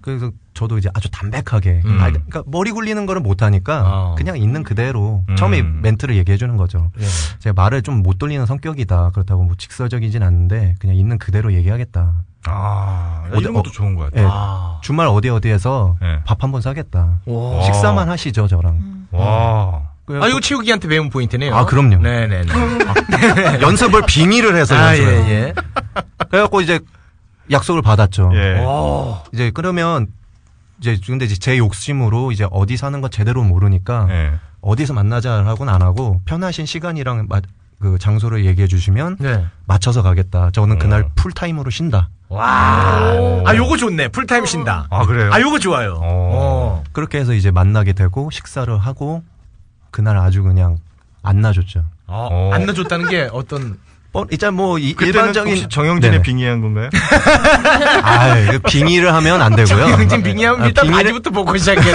Speaker 8: 그래서 저도 이제 아주 담백하게
Speaker 6: 음.
Speaker 8: 아, 그러니까 머리 굴리는 거를 못 하니까
Speaker 6: 어.
Speaker 8: 그냥 있는 그대로
Speaker 5: 음.
Speaker 8: 처음에 멘트를 얘기해 주는 거죠.
Speaker 6: 예.
Speaker 8: 제가 말을 좀 못 돌리는 성격이다. 그렇다고 뭐 직설적이진 않은데 그냥 있는 그대로 얘기하겠다.
Speaker 5: 아
Speaker 8: 어디-
Speaker 5: 이런 것도
Speaker 8: 어,
Speaker 5: 좋은 것 같아.
Speaker 8: 예.
Speaker 6: 아.
Speaker 8: 주말 어디 어디에서
Speaker 5: 예.
Speaker 8: 밥 한 번 사겠다.
Speaker 6: 와.
Speaker 8: 식사만 하시죠 저랑.
Speaker 5: 음. 어. 와.
Speaker 8: 그래갖고
Speaker 6: 아, 이거 채우기한테 배운 포인트네요.
Speaker 8: 아, 그럼요. 예,
Speaker 6: 네네네.
Speaker 8: 연습을 빙의를 해서
Speaker 6: 아, 예,
Speaker 8: 연습을.
Speaker 6: 예.
Speaker 8: 그래갖고 이제 약속을 받았죠.
Speaker 5: 예.
Speaker 6: 오.
Speaker 8: 이제 그러면 이제 근데 이제 제 욕심으로 이제 어디 사는 건 제대로 모르니까
Speaker 5: 예.
Speaker 8: 어디서 만나자 하고는 안 하고 편하신 시간이랑 마- 그 장소를 얘기해 주시면
Speaker 6: 네. 음.
Speaker 8: 맞춰서 가겠다. 저는 그날
Speaker 5: 어.
Speaker 8: 풀타임으로 쉰다.
Speaker 6: 와.
Speaker 5: 오.
Speaker 6: 아, 요거 좋네. 풀타임 쉰다.
Speaker 5: 아 그래요?
Speaker 6: 아, 요거 좋아요.
Speaker 5: 어.
Speaker 6: 어.
Speaker 8: 그렇게 해서 이제 만나게 되고 식사를 하고 그날 아주 그냥 안 놔줬죠.
Speaker 5: 어.
Speaker 6: 아, 안 넣어줬다는 게 어떤
Speaker 8: 뻔- 일단 뭐 이-
Speaker 5: 그때는
Speaker 8: 일반적인
Speaker 5: 혹시 정영진의
Speaker 8: 네네.
Speaker 5: 빙의한 건가요?
Speaker 8: 아, 그 빙의를 하면 안 되고요.
Speaker 6: 정영진 빙의하면
Speaker 8: 아,
Speaker 6: 일단
Speaker 8: 빙의를-
Speaker 6: 바지부터 벗고 시작해요.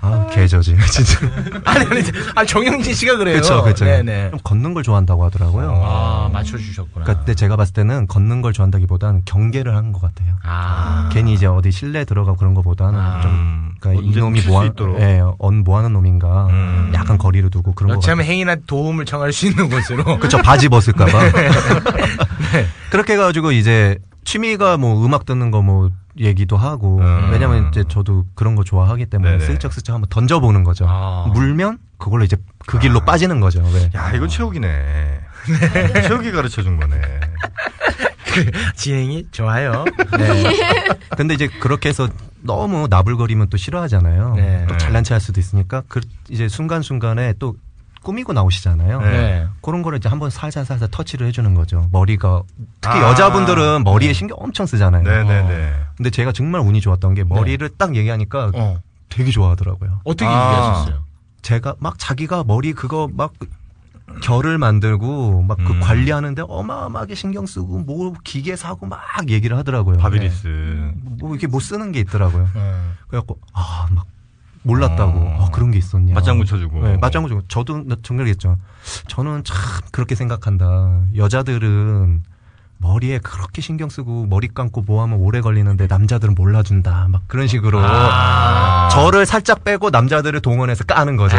Speaker 8: 아, 개저지 진짜.
Speaker 6: 아니 아니 아 정영진 씨가 그래요.
Speaker 8: 그렇죠, 그렇죠.
Speaker 6: 네네.
Speaker 8: 좀 걷는 걸 좋아한다고 하더라고요.
Speaker 6: 아 맞춰주셨구나.
Speaker 8: 그러니까 근데 제가 봤을 때는 걷는 걸 좋아한다기보다는 경계를 한 것 같아요.
Speaker 6: 아
Speaker 8: 괜히 이제 어디 실내 들어가고 그런 것보다는
Speaker 6: 아.
Speaker 8: 좀 그러니까
Speaker 5: 언제든
Speaker 8: 이놈이
Speaker 5: 칠수
Speaker 8: 뭐하,
Speaker 5: 있도록.
Speaker 8: 예, 언 뭐하는 놈인가
Speaker 5: 음.
Speaker 8: 약간 거리를 두고 그런 거 같아요.
Speaker 6: 여차하면 행위나 도움을 청할 수 있는 곳으로.
Speaker 8: 그쵸 바지 벗을까봐
Speaker 5: 네.
Speaker 8: 네. 그렇게 해가지고 이제 취미가 뭐 음악 듣는 거 뭐 얘기도 하고
Speaker 5: 음.
Speaker 8: 왜냐면 이제 저도 그런 거 좋아하기 때문에
Speaker 5: 네네.
Speaker 8: 슬쩍슬쩍 한번 던져보는 거죠
Speaker 6: 아.
Speaker 8: 물면 그걸로 이제 그 길로 빠지는 거죠 왜.
Speaker 5: 아. 야, 이거 최욱이네. 최욱이 가르쳐 준 거네.
Speaker 6: 진행이 좋아요.
Speaker 8: 네.
Speaker 6: 네.
Speaker 8: 근데 이제 그렇게 해서 너무 나불거리면 또 싫어하잖아요
Speaker 6: 네.
Speaker 8: 또 잘난 체할 수도 있으니까 그 이제 순간순간에 또 꾸미고 나오시잖아요
Speaker 6: 네.
Speaker 8: 그런 거를 이제 한번 살살살살 터치를 해주는 거죠 머리가 특히
Speaker 5: 아.
Speaker 8: 여자분들은 머리에
Speaker 6: 네.
Speaker 8: 신경 엄청 쓰잖아요
Speaker 5: 네네네.
Speaker 8: 근데 제가 정말 운이 좋았던 게 머리를 딱 얘기하니까
Speaker 6: 네. 어.
Speaker 8: 되게 좋아하더라고요.
Speaker 6: 어떻게
Speaker 5: 아.
Speaker 6: 얘기하셨어요?
Speaker 8: 제가 막 자기가 머리 그거 막 결을 만들고 막 그
Speaker 5: 음.
Speaker 8: 관리하는데 어마어마하게 신경 쓰고 뭐 기계 사고 막 얘기를 하더라고요. 네.
Speaker 5: 바비리스. 네.
Speaker 8: 뭐 이렇게 못 쓰는 게 있더라고요.
Speaker 6: 음.
Speaker 8: 그래갖고 아 막 몰랐다고
Speaker 5: 어.
Speaker 8: 아, 그런 게 있었냐.
Speaker 5: 맞장구 쳐주고.
Speaker 8: 네, 맞장구 좀 저도 정리했죠. 저는 참 그렇게 생각한다. 여자들은 머리에 그렇게 신경 쓰고 머리 감고 뭐 하면 오래 걸리는데 남자들은 몰라준다. 막 그런 식으로
Speaker 5: 아.
Speaker 8: 저를 살짝 빼고 남자들을 동원해서 까는 거죠.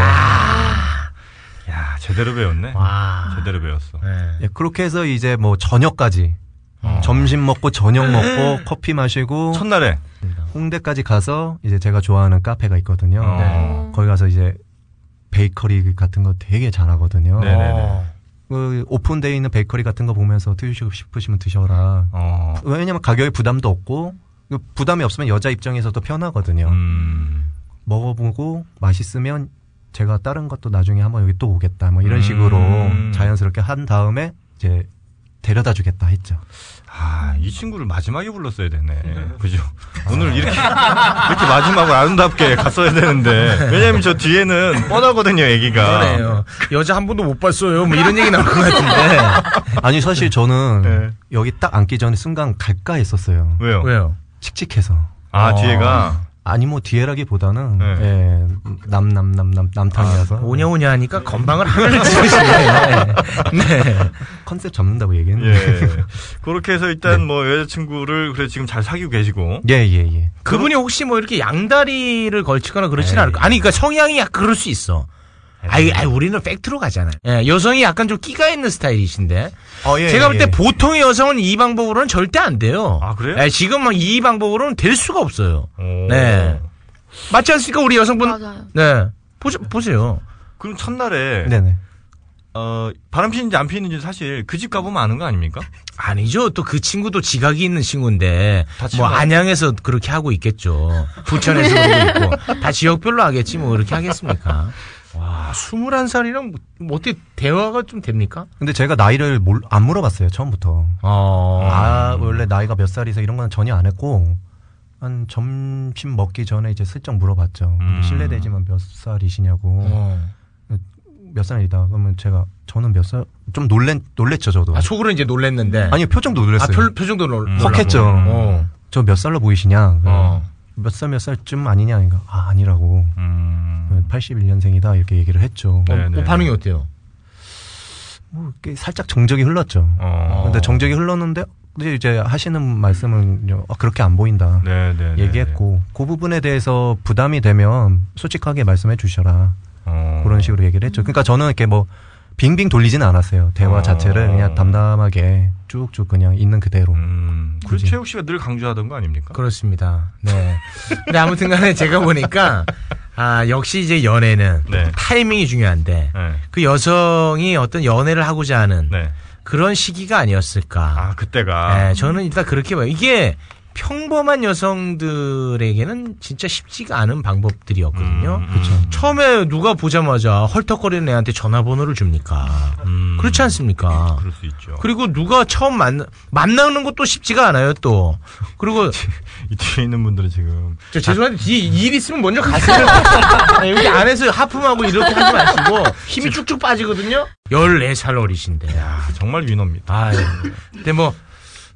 Speaker 5: 야, 제대로 배웠네.
Speaker 6: 와.
Speaker 5: 제대로 배웠어.
Speaker 6: 네.
Speaker 8: 예, 그렇게 해서 이제 뭐 저녁까지
Speaker 5: 어.
Speaker 8: 점심 먹고 저녁
Speaker 5: 네.
Speaker 8: 먹고 커피 마시고
Speaker 5: 첫날에.
Speaker 8: 홍대까지 가서 이제 제가 좋아하는 카페가 있거든요. 네.
Speaker 5: 어.
Speaker 8: 거기 가서 이제 베이커리 같은 거 되게 잘하거든요.
Speaker 5: 네. 네네네.
Speaker 6: 어.
Speaker 8: 그 오픈되어 있는 베이커리 같은 거 보면서 드시고 싶으시면 드셔라.
Speaker 5: 어.
Speaker 8: 왜냐면 가격에 부담도 없고 그 부담이 없으면 여자 입장에서도 편하거든요.
Speaker 5: 음.
Speaker 8: 먹어보고 맛있으면 제가 다른 것도 나중에 한번 여기 또 오겠다. 뭐 이런 식으로
Speaker 5: 음.
Speaker 8: 자연스럽게 한 다음에 이제 데려다 주겠다 했죠.
Speaker 5: 아, 이 친구를 마지막에 불렀어야 되네. 그죠? 오늘 이렇게, 이렇게 마지막으로 아름답게 갔어야 되는데. 왜냐면 저 뒤에는 뻔하거든요, 얘기가.
Speaker 6: 그러네요. 여자 한 번도 못 봤어요. 뭐 이런 얘기 나올 것 같은데.
Speaker 8: 아니 사실 저는
Speaker 5: 네.
Speaker 8: 여기 딱 앉기 전에 순간 갈까 했었어요.
Speaker 5: 왜요?
Speaker 6: 왜요?
Speaker 8: 칙칙해서.
Speaker 5: 아,
Speaker 6: 어.
Speaker 5: 뒤에가.
Speaker 8: 아니 뭐 뒤에라기보다는
Speaker 5: 네.
Speaker 8: 예, 남남남남 남탕이라서
Speaker 6: 오냐오냐 하니까 건방을 하나를 찍으시네요. 네. 네.
Speaker 8: 컨셉 잡는다고 얘기했는데.
Speaker 5: 예. 그렇게 해서 일단 뭐 여자친구를, 그래, 지금 잘 사귀고 계시고.
Speaker 8: 예예예.
Speaker 6: 그분이 혹시 뭐 이렇게 양다리를 걸치거나
Speaker 5: 네.
Speaker 6: 그러진 않을 거. 아니, 그러니까 성향이 약 그럴 수 있어. 아이, 아이, 우리는 팩트로 가잖아요.
Speaker 5: 네.
Speaker 6: 예, 여성이 약간 좀 끼가 있는 스타일이신데.
Speaker 8: 어, 예,
Speaker 6: 제가 볼 때
Speaker 8: 예.
Speaker 6: 보통의 여성은 이 방법으로는 절대 안 돼요.
Speaker 5: 아, 그래요?
Speaker 6: 예, 지금 막 이 방법으로는 될 수가 없어요.
Speaker 5: 오.
Speaker 6: 네. 맞지 않습니까, 우리 여성분?
Speaker 7: 맞아요.
Speaker 6: 네. 보세, 보세요.
Speaker 5: 그럼 첫날에
Speaker 8: 네네.
Speaker 5: 어, 바람 피는지 안 피는지 사실 그 집 가보면 아는 거 아닙니까?
Speaker 6: 아니죠. 또 그 친구도 지각이 있는 친구인데 뭐
Speaker 5: 다치면
Speaker 6: 안양에서 그렇게 하고 있겠죠. 부천에서 그러고 있고 다 지역별로 하겠지 뭐 그렇게 하겠습니까? 와, 21살이랑 뭐 어떻게 대화가 좀 됩니까?
Speaker 8: 근데 제가 나이를 몰- 안 물어봤어요 처음부터.
Speaker 6: 어.
Speaker 8: 아 원래 나이가 몇 살이서 이런 건 전혀 안 했고 한 점심 먹기 전에 이제 슬쩍 물어봤죠.
Speaker 5: 음.
Speaker 8: 실례되지만 몇 살이시냐고.
Speaker 6: 어.
Speaker 8: 몇 살이다. 그러면 제가 저는 몇 살? 좀 놀랬 놀랬죠 저도.
Speaker 6: 아, 속으로 이제 놀랬는데.
Speaker 8: 아니 표정도
Speaker 6: 아,
Speaker 8: 놀랬어요.
Speaker 6: 표, 표정도 놀, 놀라고.
Speaker 8: 헉했죠.
Speaker 6: 어.
Speaker 8: 저 몇 살로 보이시냐?
Speaker 6: 어.
Speaker 8: 몇 살 몇 살쯤 아니냐? 그러니까 아 아니라고.
Speaker 5: 음.
Speaker 8: 81년생이다 이렇게 얘기를 했죠.
Speaker 6: 어,
Speaker 5: 네네.
Speaker 6: 뭐 반응이 어때요?
Speaker 8: 뭐 이렇게 살짝 정적이 흘렀죠.
Speaker 6: 아.
Speaker 5: 어.
Speaker 8: 아, 근데 정적이 흘렀는데 근데 이제 하시는 말씀은 요 어, 그렇게 안 보인다.
Speaker 5: 네, 네. 네,
Speaker 8: 얘기했고 그 부분에 대해서 부담이 되면 솔직하게 말씀해 주셔라
Speaker 5: 네. 어.
Speaker 8: 그런 식으로 얘기를 했죠. 그러니까 저는 이렇게 뭐 빙빙 돌리진 않았어요. 대화
Speaker 6: 아.
Speaker 5: 어.
Speaker 8: 자체를 그냥 담담하게 쭉쭉 그냥 있는 그대로.
Speaker 5: 음. 그
Speaker 8: 굳이.
Speaker 5: 최욱 씨가 늘 강조하던 거 아닙니까?
Speaker 6: 그렇습니다. 네. 근데 아무튼 간에 제가 보니까 아, 역시 이제 연애는
Speaker 5: 네.
Speaker 6: 타이밍이 중요한데
Speaker 5: 네.
Speaker 6: 그 여성이 어떤 연애를 하고자 하는
Speaker 5: 네.
Speaker 6: 그런 시기가 아니었을까.
Speaker 5: 아, 그때가.
Speaker 6: 네. 예, 저는 일단 그렇게 봐요. 이게 평범한 여성들에게는 진짜 쉽지가 않은 방법들이었거든요.
Speaker 5: 음, 그쵸.
Speaker 6: 처음에 누가 보자마자 헐떡거리는 애한테 전화번호를 줍니까?
Speaker 5: 음.
Speaker 6: 그렇지 않습니까?
Speaker 5: 그럴 수 있죠.
Speaker 6: 그리고 누가 처음 만나, 만나는 것도 쉽지가 않아요, 또. 그리고,
Speaker 5: 이 뒤에 있는 분들은 지금
Speaker 6: 저 죄송한데, 뒤에 일 있으면 먼저 가세요. 네, 여기 안에서 하품하고 이렇게 하지 마시고, 힘이 쭉쭉 빠지거든요? 14살 어리신데.
Speaker 5: 아, 정말 위너입니다.
Speaker 6: 아유. 근데 뭐,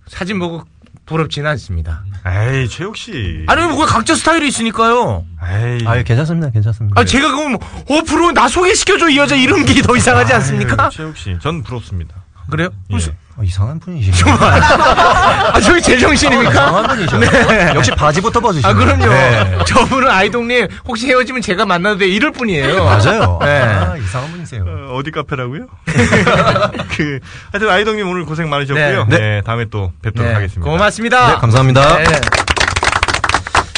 Speaker 6: 사진 보고 부럽지는 않습니다.
Speaker 5: 에이 최욱 씨.
Speaker 6: 아니, 뭐, 각자 스타일이 있으니까요.
Speaker 5: 에이.
Speaker 8: 아유 예, 괜찮습니다 괜찮습니다
Speaker 6: 아, 제가 그럼, 어, 부러워. 나 소개시켜줘. 이 여자 이런 게 더 이상하지 않습니까?
Speaker 5: 아유, 최욱 씨, 전 부럽습니다.
Speaker 6: 그래요?
Speaker 5: 예.
Speaker 8: 어, 이상한 분이시네요
Speaker 6: 아, 저기 제정신입니까?
Speaker 8: 이상한 분이셔 역시 바지부터
Speaker 6: 아,
Speaker 8: 벗으시네요
Speaker 6: 그럼요.
Speaker 8: 네.
Speaker 6: 저분은 아이동님, 혹시 헤어지면 제가 만나도 돼. 이럴 뿐이에요.
Speaker 8: 맞아요
Speaker 6: 네.
Speaker 8: 아, 이상한 분이세요
Speaker 5: 어, 어디 카페라고요? 그 하여튼 아이동님 오늘 고생 많으셨고요.
Speaker 8: 네.
Speaker 5: 네, 다음에 또 뵙도록
Speaker 6: 네,
Speaker 5: 하겠습니다.
Speaker 6: 고맙습니다.
Speaker 8: 네, 감사합니다
Speaker 9: 어?
Speaker 6: 네.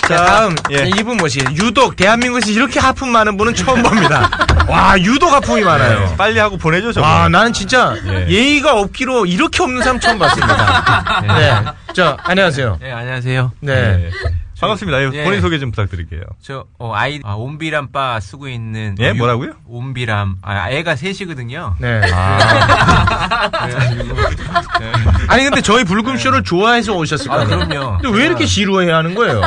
Speaker 6: 자, 다음
Speaker 5: 예.
Speaker 6: 이분 모실 유독 대한민국에서 이렇게 하품 많은 분은 처음 봅니다. 와, 유독 하품이
Speaker 9: 예,
Speaker 6: 많아요.
Speaker 5: 네. 빨리 하고 보내줘 저거.
Speaker 9: 뭐.
Speaker 6: 와, 나는 진짜
Speaker 5: 예.
Speaker 6: 예의가 없기로 이렇게 없는 사람 처음 봤습니다.
Speaker 9: 예.
Speaker 6: 네. 자, 안녕하세요.
Speaker 9: 네, 안녕하세요.
Speaker 6: 네.
Speaker 5: 예. 반갑습니다. 예,
Speaker 9: 예.
Speaker 5: 본인 소개 좀 부탁드릴게요.
Speaker 9: 저, 어, 아이, 아, 옴비람 바 쓰고 있는. 어,
Speaker 5: 예,
Speaker 9: 유-
Speaker 5: 뭐라고요?
Speaker 9: 옴비람. 아, 애가 셋이거든요.
Speaker 6: 네.
Speaker 9: 아.
Speaker 6: 아니 근데 저희 불금쇼를 좋아해서 오셨을
Speaker 9: 아,
Speaker 6: 거예요.
Speaker 9: 그럼요.
Speaker 6: 근데 왜 이렇게 지루해 하는 거예요?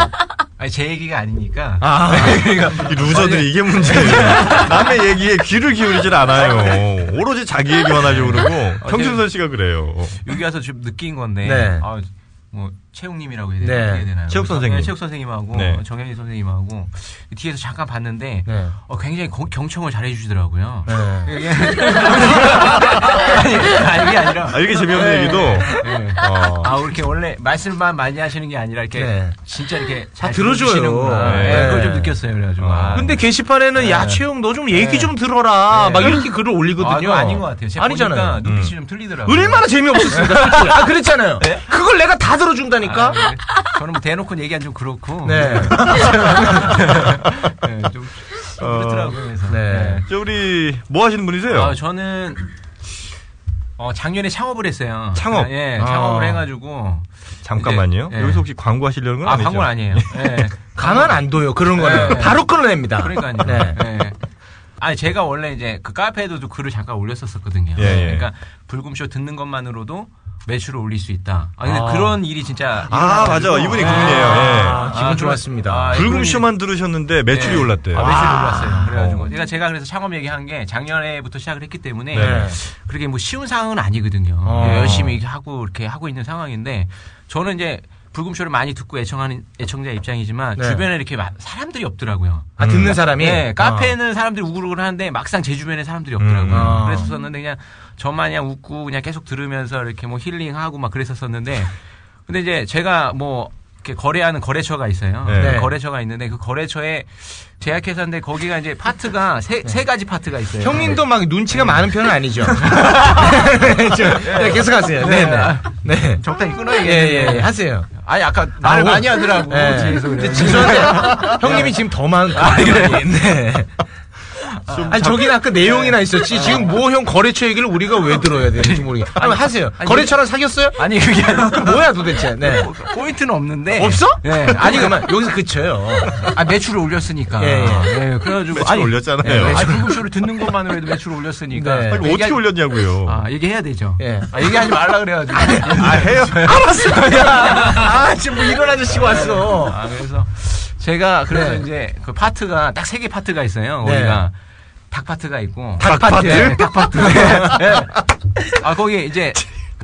Speaker 9: 아니, 제 얘기가 아니니까. 그러니까.
Speaker 6: 아,
Speaker 5: 이 루저들이 이게 문제예요. 남의 얘기에 귀를 기울이질 않아요. 오로지 자기 얘기만 하려고 그러고. 평준선 씨가 그래요.
Speaker 9: 여기 와서 좀 느낀 건데.
Speaker 6: 네.
Speaker 9: 아, 뭐, 채욱님이라고 해야
Speaker 6: 네.
Speaker 9: 되나? 해야 되나요?
Speaker 5: 채욱 선생님.
Speaker 9: 네, 채욱 선생님하고
Speaker 5: 네.
Speaker 9: 정현희 선생님하고 뒤에서 잠깐 봤는데
Speaker 6: 네.
Speaker 9: 어, 굉장히 거- 경청을 잘해주시더라고요.
Speaker 6: 네.
Speaker 9: 이게- 아니, 아니, 이게 아니라
Speaker 5: 아, 이렇게 재미없는
Speaker 9: 네.
Speaker 5: 얘기도.
Speaker 9: 네.
Speaker 5: 어.
Speaker 9: 아, 이렇게 원래 말씀만 많이 하시는 게 아니라 이렇게
Speaker 6: 네.
Speaker 9: 진짜 이렇게 잘
Speaker 6: 들어줘요.
Speaker 9: 들어주시는구나.
Speaker 5: 네.
Speaker 9: 네, 그걸 좀 느꼈어요. 그래가지고. 아. 네.
Speaker 6: 근데 게시판에는 야 최영 너 좀 얘기 좀 들어라 막 이렇게 글을
Speaker 9: 아,
Speaker 6: 올리거든요.
Speaker 9: 그거 아닌 것 같아요. 제가
Speaker 6: 아니잖아요. 음.
Speaker 9: 보니까 눈빛이 좀 틀리더라고요.
Speaker 6: 얼마나 재미없었습니까? 솔직히. 아 그랬잖아요. 그걸 내가 다 들어준다니까.
Speaker 9: 아, 네. 저는 뭐 대놓고 얘기한 좀 그렇고.
Speaker 6: 네.
Speaker 9: 네, 좀, 좀 그렇더라고요. 그래서.
Speaker 6: 네.
Speaker 5: 저 우리 뭐 하시는 분이세요?
Speaker 9: 아, 저는 어, 작년에 창업을 했어요.
Speaker 5: 창업?
Speaker 9: 아, 예,
Speaker 6: 아.
Speaker 9: 창업을 해가지고.
Speaker 5: 잠깐만요.
Speaker 9: 네.
Speaker 5: 여기서 혹시 광고하시려는 건
Speaker 9: 아,
Speaker 5: 아니죠?
Speaker 9: 광고는 아니에요. 예.
Speaker 6: 가만 안 둬요 그런 거는
Speaker 9: 네.
Speaker 6: 바로 끊어냅니다.
Speaker 9: 그러니까요.
Speaker 6: 네.
Speaker 9: 예. 아니 제가 원래 이제 그 카페에도 글을 잠깐 올렸었었거든요.
Speaker 5: 예, 예.
Speaker 9: 그러니까 불금쇼 듣는 것만으로도 매출을 올릴 수 있다. 아 근데 그런 일이 진짜
Speaker 5: 아,
Speaker 9: 일어나가지고.
Speaker 5: 맞아. 이분이
Speaker 9: 예.
Speaker 5: 그분이에요.
Speaker 6: 아, 기분
Speaker 9: 그런-
Speaker 6: 좋았습니다.
Speaker 9: 아,
Speaker 5: 붉은
Speaker 9: 그런 일이-
Speaker 5: 쇼만 들으셨는데 매출이
Speaker 9: 예.
Speaker 5: 올랐대요.
Speaker 9: 아, 매출이 올랐어요.
Speaker 5: 어.
Speaker 9: 그래가지고 제가 제가 그래서 창업 얘기한 게 작년에부터 시작을 했기 때문에
Speaker 6: 네.
Speaker 9: 그렇게 뭐 쉬운 상황은 아니거든요.
Speaker 6: 어.
Speaker 9: 예, 열심히 하고 이렇게 하고 있는 상황인데 저는 이제 불금쇼를 많이 듣고 애청하는 애청자 입장이지만
Speaker 6: 네.
Speaker 9: 주변에 이렇게 마- 사람들이 없더라고요.
Speaker 6: 아 듣는 사람이
Speaker 9: 네,
Speaker 8: 어.
Speaker 6: 아.
Speaker 9: 카페는 사람들이 우글우글 하는데 막상 제 주변에 사람들이
Speaker 8: 음.
Speaker 9: 없더라고요.
Speaker 6: 아.
Speaker 9: 그랬었는데 그냥 저만 그냥 웃고 그냥 계속 들으면서 이렇게 뭐 힐링하고 막 그랬었었는데 근데 이제 제가 뭐 이렇게 거래하는 거래처가 있어요.
Speaker 5: 네.
Speaker 9: 그 거래처가 있는데 그 거래처에 제약회사인데 거기가 이제 파트가 세,
Speaker 8: 네.
Speaker 9: 세 가지 파트가 있어요.
Speaker 6: 형님도 막 눈치가 많은 편은 아니죠. 저- 네, 계속하세요. 네, 네. 네.
Speaker 9: 적당히
Speaker 6: 예,
Speaker 9: 끊어야겠네.
Speaker 6: 예, 예, 하세요.
Speaker 9: 아니 아까 말을
Speaker 6: 아,
Speaker 9: 많이 하더라고.
Speaker 6: 예.
Speaker 9: 뒤에서
Speaker 6: 근데
Speaker 9: 그래가지고.
Speaker 6: 죄송한데, 형님이 지금 더 많은. 아, 네. 아니, 저긴 아까
Speaker 9: 네.
Speaker 6: 내용이나 있었지. 지금 뭐 형 거래처 얘기를 우리가 왜 들어야 되는지 모르겠어. 아니, 하세요.
Speaker 9: 아니,
Speaker 6: 거래처랑 사귀었어요?
Speaker 9: 아니 그게 아니라
Speaker 6: 뭐야 도대체. 네.
Speaker 9: 포인트는 없는데
Speaker 6: 없어?
Speaker 9: 네.
Speaker 6: 아니, 그만. 여기서 그쳐요.
Speaker 9: 아, 매출을 올렸으니까.
Speaker 6: 예,
Speaker 9: 예, 그래가지고.
Speaker 5: 매출 올렸잖아요.
Speaker 9: 예, 매출 쇼를 듣는 것만으로 해도 매출을 올렸으니까.
Speaker 6: 네.
Speaker 5: 아니,
Speaker 9: 얘기하-
Speaker 5: 어떻게 올렸냐고요.
Speaker 9: 아, 얘기해야 되죠.
Speaker 6: 예.
Speaker 9: 아, 얘기하지 말라 그래가지고.
Speaker 5: 아, 해요?
Speaker 6: 알았어, 야. 아, 지금 뭐 이런 아저씨가 왔어.
Speaker 9: 아, 그래서 제가 그래서
Speaker 6: 네.
Speaker 9: 이제 그 파트가 딱 세 개 파트가 있어요.
Speaker 6: 네.
Speaker 9: 거기가 닭 파트가 있고.
Speaker 6: 닭파트?
Speaker 9: 예, 닭 파트. 예. 아, 거기 이제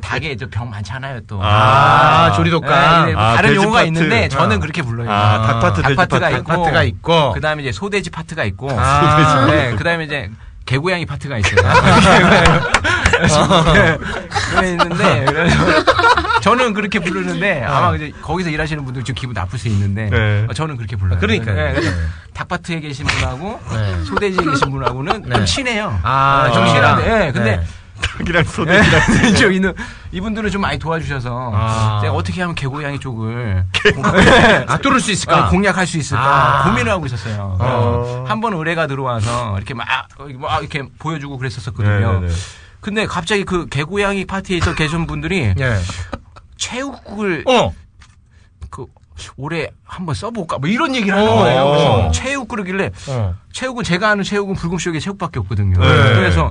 Speaker 9: 닭에 이제 병 많잖아요, 또.
Speaker 6: 아,
Speaker 9: 예,
Speaker 6: 조리독감.
Speaker 9: 이제 뭐
Speaker 5: 아,
Speaker 9: 다른
Speaker 5: 돼지
Speaker 9: 용어가
Speaker 5: 파트.
Speaker 9: 있는데 저는
Speaker 5: 어.
Speaker 9: 그렇게 불러요.
Speaker 5: 아, 닭파트,
Speaker 9: 닭
Speaker 5: 돼지
Speaker 9: 파트가
Speaker 5: 파트.
Speaker 9: 있고.
Speaker 6: 파트가 있고.
Speaker 9: 그 다음에 이제 소돼지 파트가 있고.
Speaker 6: 아,
Speaker 9: 네, 그 다음에 이제 개고양이 파트가 있어요. 개고양이. 그래서
Speaker 6: 어.
Speaker 9: 네, 그래 있는데 그래서 저는 그렇게 부르는데 아마 이제 거기서 일하시는 분들 지금 기분 나쁠 수 있는데
Speaker 5: 네.
Speaker 9: 어, 저는 그렇게 불러요.
Speaker 6: 아,
Speaker 9: 네,
Speaker 6: 그러니까요.
Speaker 9: 그래서 닭파트에 계신 분하고
Speaker 6: 네.
Speaker 9: 소돼지에 계신 분하고는
Speaker 6: 네.
Speaker 9: 좀 친해요.
Speaker 6: 아,
Speaker 9: 좀 친한데 예, 근데
Speaker 6: 네.
Speaker 5: 닭이랑 소대.
Speaker 9: 네. 저 이는- 이분들은 좀 많이 도와주셔서
Speaker 6: 아.
Speaker 9: 제가 어떻게 하면 개고양이 쪽을
Speaker 6: 아, 뚫을 수
Speaker 9: 아,
Speaker 6: 있을까?
Speaker 9: 공략할 수 있을까
Speaker 6: 아.
Speaker 9: 고민을 하고 있었어요. 아.
Speaker 5: 어.
Speaker 9: 한 번 의뢰가 들어와서 이렇게 막, 어, 막 이렇게 보여주고 그랬었었거든요.
Speaker 5: 네, 네, 네.
Speaker 9: 근데 갑자기
Speaker 8: 예.
Speaker 9: 그 개고양이 파티에 있어 계신 분들이
Speaker 6: 예.
Speaker 9: 체육국을
Speaker 6: 어. 그 올해 한번 써볼까 뭐 이런 얘기를 하는
Speaker 8: 어.
Speaker 6: 거예요. 그래서 체육 그러길래 체육은 제가 아는 체육은 불금쇼의 체육밖에 없거든요.
Speaker 5: 네.
Speaker 6: 그래서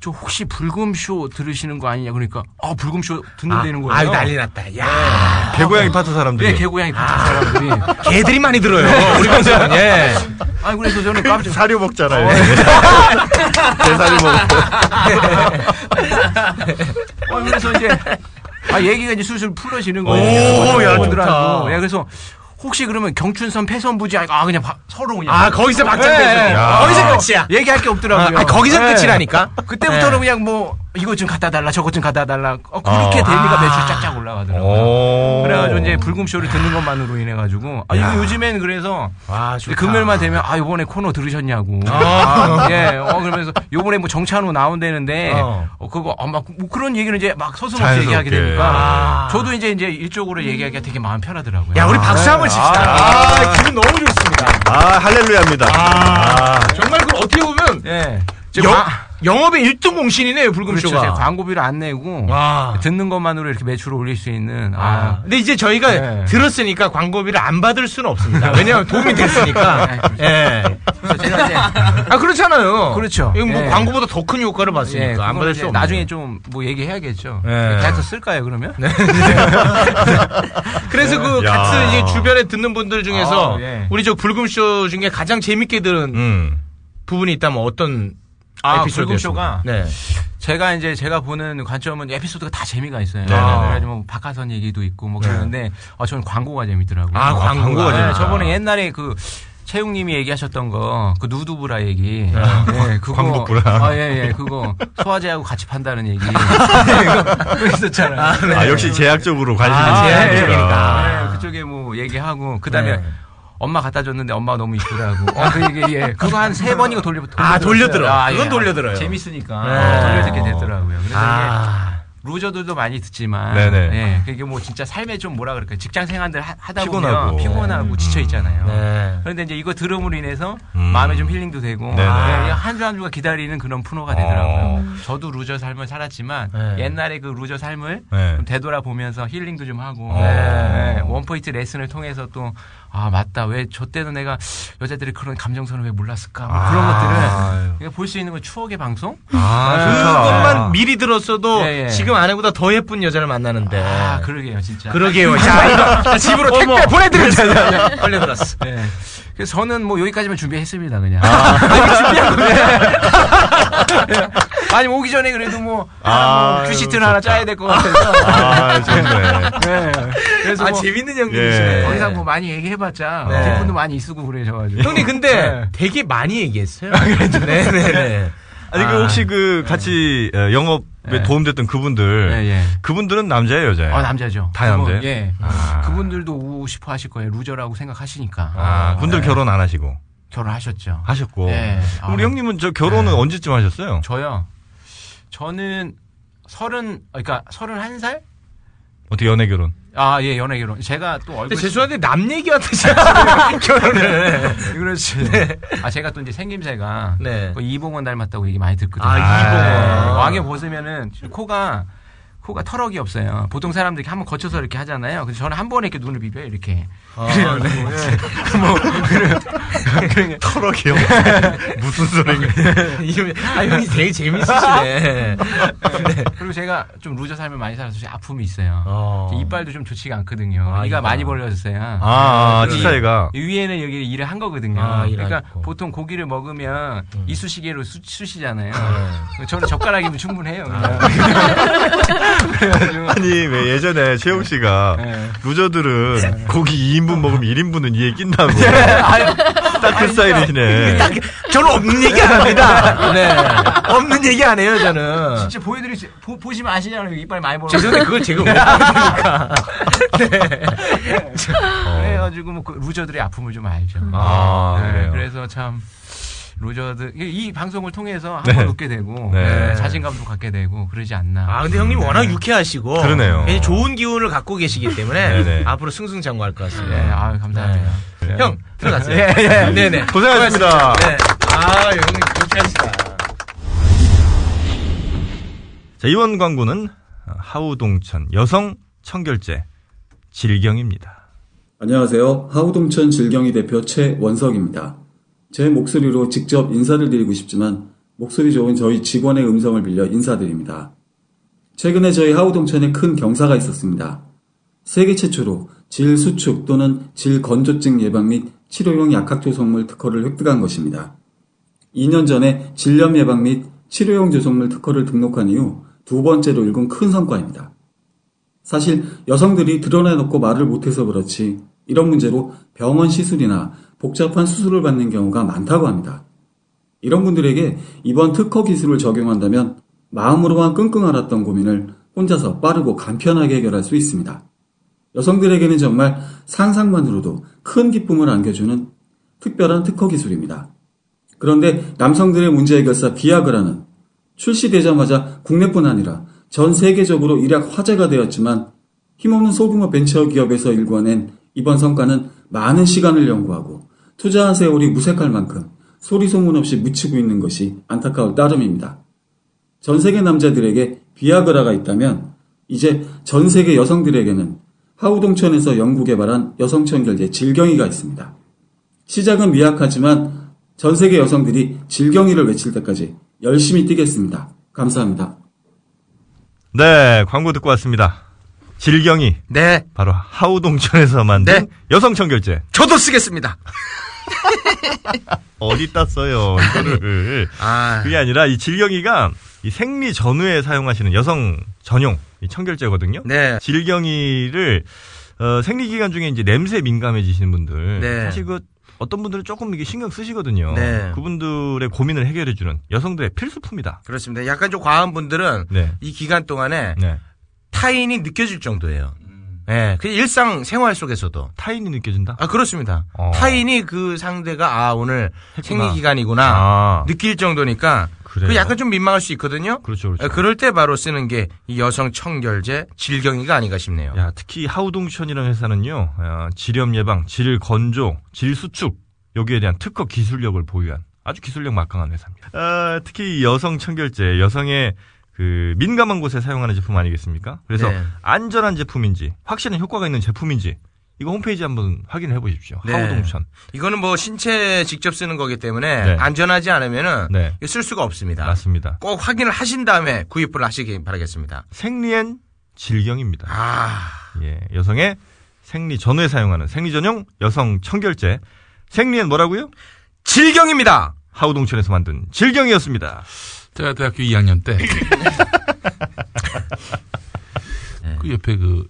Speaker 6: 저 혹시 불금쇼 들으시는 거 아니냐 그러니까 아 불금쇼 듣는다는 거예요.
Speaker 8: 아유 난리 났다. 야.
Speaker 5: 개고양이 파트 사람들이.
Speaker 6: 네, 개고양이 같은 사람들이.
Speaker 8: 개들이 많이 들어요.
Speaker 6: 네.
Speaker 8: 우리 방송은. 예.
Speaker 6: 아 그래서 저는 깜짝
Speaker 5: 사료 먹잖아요. 예. 대사료 먹고.
Speaker 6: 어, 그래서 이제 아 얘기가 이제 슬슬 풀어지는
Speaker 5: 오, 야,
Speaker 6: 거예요.
Speaker 5: 좋다.
Speaker 6: 들하고 예, 그래서 혹시 그러면 경춘선 패선부지 아 아, 그냥 바- 서로 그냥
Speaker 8: 아 거기서
Speaker 6: 예, 예.
Speaker 8: 박장대소. 거기서 끝이야.
Speaker 6: 얘기할 게 없더라고요.
Speaker 8: 아, 거기서
Speaker 6: 예.
Speaker 8: 끝이라니까.
Speaker 6: 그때부터는
Speaker 8: 예.
Speaker 6: 그냥 뭐 이거 좀 갖다 달라 저거 좀 갖다 달라 어, 그렇게
Speaker 5: 어.
Speaker 8: 아.
Speaker 6: 데미가 매출 쫙쫙 올라가더라고요. 그래가지고 이제 불금쇼를 듣는 것만으로 인해 가지고 아 이거 요즘엔 그래서
Speaker 8: 와,
Speaker 6: 근데 금요일만 되면 아 이번에 코너 들으셨냐고 아, 예, 어 그러면서 요번에 뭐 정찬호 나온다는데
Speaker 8: 어.
Speaker 6: 어, 그거 어, 막 뭐 그런 얘기를 이제 막 서슴없이
Speaker 9: 자연스럽게.
Speaker 5: 예.
Speaker 6: 얘기하게 되니까
Speaker 8: 아.
Speaker 6: 저도 이제 이제 일적으로 얘기하기가 되게 마음 편하더라고요.
Speaker 8: 야, 우리 박수 한번 칩시다. 네. 아, 기분 너무 좋습니다.
Speaker 5: 아, 할렐루야입니다. 아.
Speaker 6: 정말 그 어떻게 보면 예, 이제
Speaker 8: 영,
Speaker 6: 마-
Speaker 8: 영업의 1등 공신이네요,
Speaker 6: 그렇죠.
Speaker 8: 불금쇼가.
Speaker 6: 제가 광고비를 안 내고
Speaker 8: 와.
Speaker 6: 듣는 것만으로 이렇게 매출을 올릴 수 있는 아,
Speaker 8: 아. 근데 이제 저희가
Speaker 6: 네.
Speaker 8: 들었으니까 광고비를 안 받을 수는 없습니다. 왜냐하면 도움이 됐으니까. 예.
Speaker 6: 네, 그렇죠. 그래서 제가 이제
Speaker 8: 아, 그렇잖아요.
Speaker 6: 그렇죠.
Speaker 8: 이건 뭐
Speaker 6: 예.
Speaker 8: 광고보다 더 큰 효과를 봤으니까.
Speaker 6: 예,
Speaker 8: 안
Speaker 6: 그거는
Speaker 8: 받을
Speaker 6: 이제
Speaker 8: 수 없네.
Speaker 6: 나중에 좀 뭐 얘기해야겠죠.
Speaker 8: 예.
Speaker 6: 계약서 쓸까요 그러면?
Speaker 8: 그래서 그
Speaker 5: 야.
Speaker 8: 같은 이제 주변에 듣는 분들 중에서
Speaker 6: 아, 예.
Speaker 8: 우리 저 불금쇼 중에 가장 재밌게 들은
Speaker 5: 음.
Speaker 8: 부분이 있다면 어떤
Speaker 6: 아, 불금쇼가?
Speaker 8: 에피소드였습니까? 네.
Speaker 6: 제가 이제 제가 보는 관점은 에피소드가 다 재미가 있어요.
Speaker 5: 네네네.
Speaker 6: 그래가지고 뭐 박하선 얘기도 있고 뭐 그러는데 어, 저는 광고가 재밌더라고요.
Speaker 8: 아, 광고가
Speaker 6: 네,
Speaker 8: 재밌다.
Speaker 6: 저번에 옛날에 그 채용님이 얘기하셨던 거 그
Speaker 8: 네.
Speaker 6: 누드브라 얘기.
Speaker 8: 아,
Speaker 6: 예, 그거.
Speaker 5: 광고브라.
Speaker 6: 아, 예, 예. 그거 소화제하고 같이 판다는 얘기. 네, 그거 그거 있었잖아요. 예.
Speaker 5: 아, 역시 제약적으로 관심이
Speaker 8: 네. 아,
Speaker 5: 있으시구나.
Speaker 8: 제약적이니까.
Speaker 6: 네, 그쪽에 뭐 얘기하고 그다음에
Speaker 8: 네.
Speaker 6: 엄마 갖다 줬는데 엄마 너무 이쁘다고. 어, 그 얘기 예. 그거 한 세 번이고 돌려
Speaker 8: 아, 돌려들어.
Speaker 6: 아,
Speaker 8: 그건 돌려들어요.
Speaker 6: 재밌으니까
Speaker 8: 네.
Speaker 6: 돌려듣게 되더라고요. 그래서
Speaker 8: 아.
Speaker 6: 이게 루저들도 많이 듣지만
Speaker 5: 네네.
Speaker 6: 예. 그게 뭐 진짜 삶에 좀 뭐라 그럴까? 직장 생활들 하- 하다
Speaker 5: 피곤하고.
Speaker 6: 보면 피곤하고 지쳐 있잖아요.
Speaker 8: 네.
Speaker 6: 그런데 이제 이거 들음으로 인해서
Speaker 5: 음.
Speaker 6: 마음에 좀 힐링도 되고 예,
Speaker 5: 네네.
Speaker 6: 한주한 한 주가 기다리는 그런 프로가 되더라고요.
Speaker 5: 어.
Speaker 6: 저도 루저 삶을 살았지만
Speaker 8: 네.
Speaker 6: 옛날에 그 루저 삶을
Speaker 5: 네.
Speaker 6: 좀 되돌아보면서 힐링도 좀 하고
Speaker 5: 네.
Speaker 6: 네, 원포인트 레슨을 통해서 또 아 맞다 왜 저 때는 내가 여자들이 그런 감정선을 왜 몰랐을까 뭐
Speaker 8: 아.
Speaker 6: 그런 것들을 볼 수 있는 건 추억의 방송
Speaker 5: 아, 좋다.
Speaker 8: 그것만 미리 들었어도
Speaker 6: 예,
Speaker 9: 네.
Speaker 6: 예.
Speaker 8: 지금 아내보다 더 예쁜 여자를 만나는데.
Speaker 6: 아 그러게요 진짜
Speaker 8: 네. 그러게요. 자, 이거 나 집으로 택배 보내드렸잖아요. 걸려들었어.
Speaker 6: 네. 그래서 저는 뭐 여기까지만 준비했습니다 그냥
Speaker 8: 아.
Speaker 6: 아니 오기 전에 그래도 뭐,
Speaker 5: 아,
Speaker 6: 뭐 큐시트는
Speaker 5: 좋다.
Speaker 6: 하나 짜야 될 것 같아서
Speaker 5: 아, 좋네.
Speaker 6: 네. 그래서
Speaker 8: 아,
Speaker 6: 뭐
Speaker 8: 재밌는
Speaker 5: 예.
Speaker 8: 형님이시네.
Speaker 6: 더 이상 뭐 많이 얘기해봤자
Speaker 8: 네.
Speaker 6: 뒷분도 많이 쓰고 그러셔가지고
Speaker 8: 형님 근데
Speaker 6: 네.
Speaker 8: 되게 많이 얘기했어요. 네네네.
Speaker 5: 아니 그 혹시 그 같이 어, 영업에 도움됐던 그분들
Speaker 6: 예, 예.
Speaker 5: 그분들은 남자예요 여자예요?
Speaker 6: 어, 남자죠.
Speaker 5: 다
Speaker 6: 그분,
Speaker 5: 남자예요?
Speaker 6: 예.
Speaker 5: 아.
Speaker 6: 그분들도 오고 싶어 하실 거예요. 루저라고 생각하시니까.
Speaker 5: 아, 분들 결혼 안 하시고
Speaker 6: 예. 결혼하셨죠.
Speaker 5: 하셨고
Speaker 6: 예.
Speaker 5: 그럼 우리
Speaker 6: 아.
Speaker 5: 형님은 저 결혼은 언제쯤 하셨어요?
Speaker 6: 저요. 저는 서른, 그러니까 서른한 살?
Speaker 5: 어떻게 연애 결혼?
Speaker 6: 아, 예, 연애 결혼. 제가 또 얼굴.
Speaker 8: 근데 죄송한데 남 얘기 같으시 결혼을.
Speaker 6: 그렇지. 아, 제가 또 이제 생김새가.
Speaker 8: 네.
Speaker 6: 그 이봉원 닮았다고 얘기 많이 듣거든요.
Speaker 8: 아, 이봉원.
Speaker 6: 네. 왕에 보시면은 코가, 코가 털럭이 없어요. 보통 사람들이 한번 거쳐서 이렇게 하잖아요. 근데 저는 한 번에 이렇게 눈을 비벼요, 이렇게.
Speaker 8: 어. 네.
Speaker 6: 뭐,
Speaker 5: 털어기요? 무슨 소리인가?
Speaker 8: 이름이- 아 형이 되게 재밌으시네.
Speaker 6: 네. 아, 그리고 제가 좀 루저 삶을 많이 살아서 좀 아픔이 있어요.
Speaker 8: 어.
Speaker 6: 이빨도 좀 좋지가 않거든요.
Speaker 8: 아,
Speaker 6: 이가
Speaker 8: 이빨.
Speaker 6: 많이 벌려졌어요.
Speaker 5: 아,
Speaker 6: 예.
Speaker 8: 그
Speaker 5: 치사이가
Speaker 6: 이 위에는 여기 일을 한 거거든요.
Speaker 8: 아, 일을
Speaker 6: 그러니까
Speaker 8: 안 했고. 음.
Speaker 6: 보통 고기를 먹으면 이쑤시개로 쑤, 쑤시잖아요.
Speaker 8: 네.
Speaker 6: 저는 젓가락이면 충분해요. 그냥.
Speaker 8: 아.
Speaker 6: 그래가지고
Speaker 5: 아니 왜 예전에 최욱 씨가
Speaker 6: 네. 예.
Speaker 5: 루저들은 고기 2인분 먹으면 1인분은 이에 낀다고
Speaker 8: 아유,
Speaker 5: 딱 그 스타일이시네.
Speaker 8: 딱 저는 없는 얘기 안 합니다. 네. 없는 얘기 안 해요 저는.
Speaker 6: 진짜 보여드릴 수 보, 보시면 아시잖아요. 이빨 많이 벌어.
Speaker 8: 죄송한데 그걸 제가 못 보니까.
Speaker 6: 네.
Speaker 8: 어.
Speaker 5: 어.
Speaker 6: 그래가지고 뭐그 루저들의 아픔을 좀 알죠.
Speaker 5: 아, 그래요.
Speaker 6: 래서참 루저들 이, 이 방송을 통해서 한번 웃게 되고
Speaker 5: 네.
Speaker 6: 자신감도 갖게 되고 그러지 않나. 네.
Speaker 8: 아 근데 형님 워낙 유쾌하시고
Speaker 5: 그러네요.
Speaker 8: 굉장히 좋은 기운을 갖고 계시기 때문에
Speaker 5: 네네.
Speaker 8: 앞으로 승승장구할 것 같습니다. 네.
Speaker 6: 예, 아유 감사합니다.
Speaker 8: 형 들어가세요. 네네.
Speaker 5: 고생하셨습니다.
Speaker 8: 네. 아 형님 유쾌하시다.
Speaker 5: 자, 이번 광고는 하우동천 여성 청결제 질경입니다.
Speaker 10: 안녕하세요. 하우동천 질경이 대표 최원석입니다. 제 목소리로 직접 인사를 드리고 싶지만 목소리 좋은 저희 직원의 음성을 빌려 인사드립니다. 최근에 저희 하우동천에 큰 경사가 있었습니다. 세계 최초로 질 수축 또는 질 건조증 예방 및 치료용 약학조성물 특허를 획득한 것입니다. 2년 전에 질염 예방 및 치료용 조성물 특허를 등록한 이후 두 번째로 일군 큰 성과입니다. 사실 여성들이 드러내놓고 말을 못해서 그렇지 이런 문제로 병원 시술이나 복잡한 수술을 받는 경우가 많다고 합니다. 이런 분들에게 이번 특허 기술을 적용한다면 마음으로만 끙끙 앓았던 고민을 혼자서 빠르고 간편하게 해결할 수 있습니다. 여성들에게는 정말 상상만으로도 큰 기쁨을 안겨주는 특별한 특허 기술입니다. 그런데 남성들의 문제 해결사 비아그라는 출시되자마자 국내뿐 아니라 전 세계적으로 일약 화제가 되었지만 힘없는 소규모 벤처 기업에서 일궈낸 이번 성과는 많은 시간을 연구하고 투자한 세월이 무색할 만큼 소리 소문 없이 묻히고 있는 것이 안타까울 따름입니다. 전 세계 남자들에게 비아그라가 있다면 이제 전 세계 여성들에게는 하우동천에서 연구 개발한 여성천결제 질경이가 있습니다. 시작은 미약하지만 전 세계 여성들이 질경이를 외칠 때까지 열심히 뛰겠습니다. 감사합니다.
Speaker 5: 네, 광고 듣고 왔습니다. 질경이
Speaker 6: 네.
Speaker 5: 바로 하우동천에서 만든
Speaker 6: 네.
Speaker 5: 여성 청결제
Speaker 6: 저도 쓰겠습니다.
Speaker 5: 어디 땄어요 이거를
Speaker 6: 아.
Speaker 5: 그게 아니라 이 질경이가 이 생리 전후에 사용하시는 여성 전용 이 청결제거든요.
Speaker 6: 네.
Speaker 5: 질경이를 어, 생리 기간 중에 이제 냄새 민감해지시는 분들
Speaker 6: 네.
Speaker 5: 사실 그 어떤 분들은 조금 이게 신경 쓰시거든요.
Speaker 6: 네.
Speaker 5: 그분들의 고민을 해결해 주는 여성들의 필수품이다.
Speaker 6: 그렇습니다. 약간 좀 과한 분들은
Speaker 5: 네.
Speaker 6: 이 기간 동안에
Speaker 5: 네.
Speaker 6: 타인이 느껴질 정도예요. 예. 그 일상 생활 속에서도.
Speaker 5: 타인이 느껴진다.
Speaker 6: 아, 그렇습니다.
Speaker 5: 어.
Speaker 6: 타인이 그 상대가 아, 오늘 생리 기간이구나
Speaker 5: 아.
Speaker 6: 느낄 정도니까
Speaker 5: 그래요?
Speaker 6: 그 약간 좀 민망할 수 있거든요.
Speaker 5: 그렇죠, 그렇죠.
Speaker 6: 예, 그럴 때 바로 쓰는 게 이 여성 청결제 질경이가 아닌가 싶네요.
Speaker 5: 야, 특히 하우동션이라는 회사는요, 어, 질염 예방, 질 건조, 질 수축 여기에 대한 특허 기술력을 보유한 아주 기술력 막강한 회사입니다. 아, 특히 이 여성 청결제, 여성의 그 민감한 곳에 사용하는 제품 아니겠습니까? 그래서
Speaker 6: 네.
Speaker 5: 안전한 제품인지 확실한 효과가 있는 제품인지 이거 홈페이지 한번 확인해 보십시오.
Speaker 6: 네.
Speaker 5: 하우동션.
Speaker 6: 이거는 뭐 신체에 직접 쓰는 거기 때문에
Speaker 5: 네.
Speaker 6: 안전하지 않으면은
Speaker 5: 네.
Speaker 6: 이거 쓸 수가 없습니다.
Speaker 5: 맞습니다.
Speaker 6: 꼭 확인을 하신 다음에 구입을 하시길 바라겠습니다.
Speaker 5: 생리엔 질경입니다.
Speaker 6: 아,
Speaker 5: 예, 여성의 생리 전후에 사용하는 생리 전용 여성 청결제. 생리엔 뭐라고요?
Speaker 6: 질경입니다.
Speaker 5: 하우동천에서 만든 질경이었습니다.
Speaker 1: 제가 대학교 2학년 때. 그 옆에 그,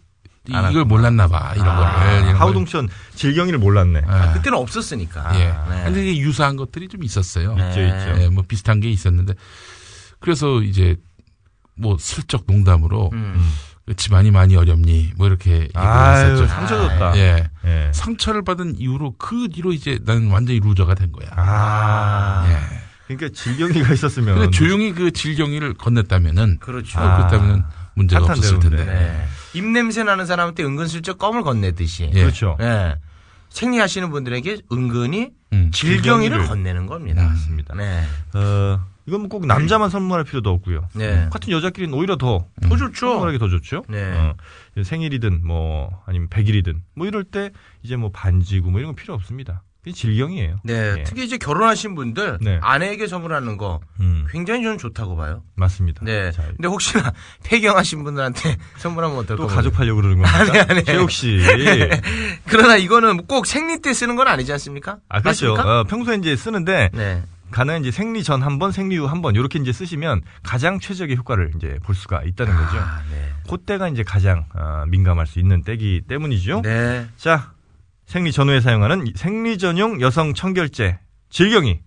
Speaker 1: 이-
Speaker 5: 알았구나.
Speaker 1: 이걸 몰랐나 봐, 이런
Speaker 9: 아, 예,
Speaker 1: 거를. 이런
Speaker 5: 아, 하우동천 질경이를 몰랐네.
Speaker 1: 걸. 예.
Speaker 6: 그때는 없었으니까.
Speaker 5: 아,
Speaker 1: 예.
Speaker 6: 네.
Speaker 1: 근데 이게 유사한 것들이 좀 있었어요.
Speaker 5: 있죠, 있죠.
Speaker 1: 예, 뭐 비슷한 게 있었는데. 그래서 이제 뭐 슬쩍 농담으로
Speaker 6: 음,
Speaker 1: 그 집안이 많이 어렵니 뭐 이렇게 얘기를
Speaker 5: 음. 아유,
Speaker 1: 했었죠.
Speaker 5: 상처졌다.
Speaker 1: 예.
Speaker 5: 예.
Speaker 1: 상처를 받은 이후로 그 뒤로 이제 나는 완전히 루저가 된 거야.
Speaker 5: 아.
Speaker 1: 예.
Speaker 5: 그러니까 질경이가 있었으면.
Speaker 1: 근데 조용히 그 질경이를 건넸다면은
Speaker 6: 그렇죠.
Speaker 1: 아, 그렇다면은 문제가 없었을 텐데.
Speaker 5: 탄탄대로인데.
Speaker 6: 네. 입냄새 나는 사람한테 은근슬쩍 껌을 건네듯이.
Speaker 1: 예.
Speaker 5: 그렇죠.
Speaker 6: 예. 생리하시는 분들에게 은근히
Speaker 1: 음.
Speaker 6: 질경이를
Speaker 5: 질경이를.
Speaker 6: 건네는 겁니다.
Speaker 5: 맞습니다.
Speaker 6: 네.
Speaker 5: 어, 이건 뭐꼭 남자만 선물할 필요도 없고요. 음,
Speaker 6: 네.
Speaker 5: 같은 여자끼리는 오히려 더
Speaker 6: 더 좋죠.
Speaker 5: 선물하기 더 좋죠.
Speaker 6: 네.
Speaker 5: 어, 생일이든 뭐 아니면 백일이든 뭐 이럴 때 이제 뭐 반지고 뭐 이런 거 필요 없습니다. 그게 질경이에요.
Speaker 6: 네.
Speaker 5: 예.
Speaker 6: 특히 이제 결혼하신 분들
Speaker 5: 네.
Speaker 6: 아내에게 선물하는 거
Speaker 5: 음,
Speaker 6: 굉장히 저는 좋다고 봐요.
Speaker 5: 맞습니다.
Speaker 6: 네.
Speaker 5: 자,
Speaker 6: 근데 혹시나 폐경하신 분들한테 선물하면 어떨까?
Speaker 5: 또 가족하려고 그러는 겁니까?
Speaker 6: 아니, 아니.
Speaker 5: 최욱 씨.
Speaker 6: 그러나 이거는 꼭 생리 때 쓰는 건 아니지 않습니까?
Speaker 5: 아, 그렇죠.
Speaker 6: 맞습니까?
Speaker 5: 어, 평소에 이제 쓰는데
Speaker 6: 네.
Speaker 5: 가는 이제 생리 전 한 번, 생리 후 한 번 이렇게 이제 쓰시면 가장 최적의 효과를 이제 볼 수가 있다는 거죠.
Speaker 6: 아, 네.
Speaker 5: 그때가 이제 가장 아, 민감할 수 있는 때기 때문이죠.
Speaker 6: 네.
Speaker 5: 자, 생리 전후에 사용하는 이 생리 전용 여성 청결제 질경이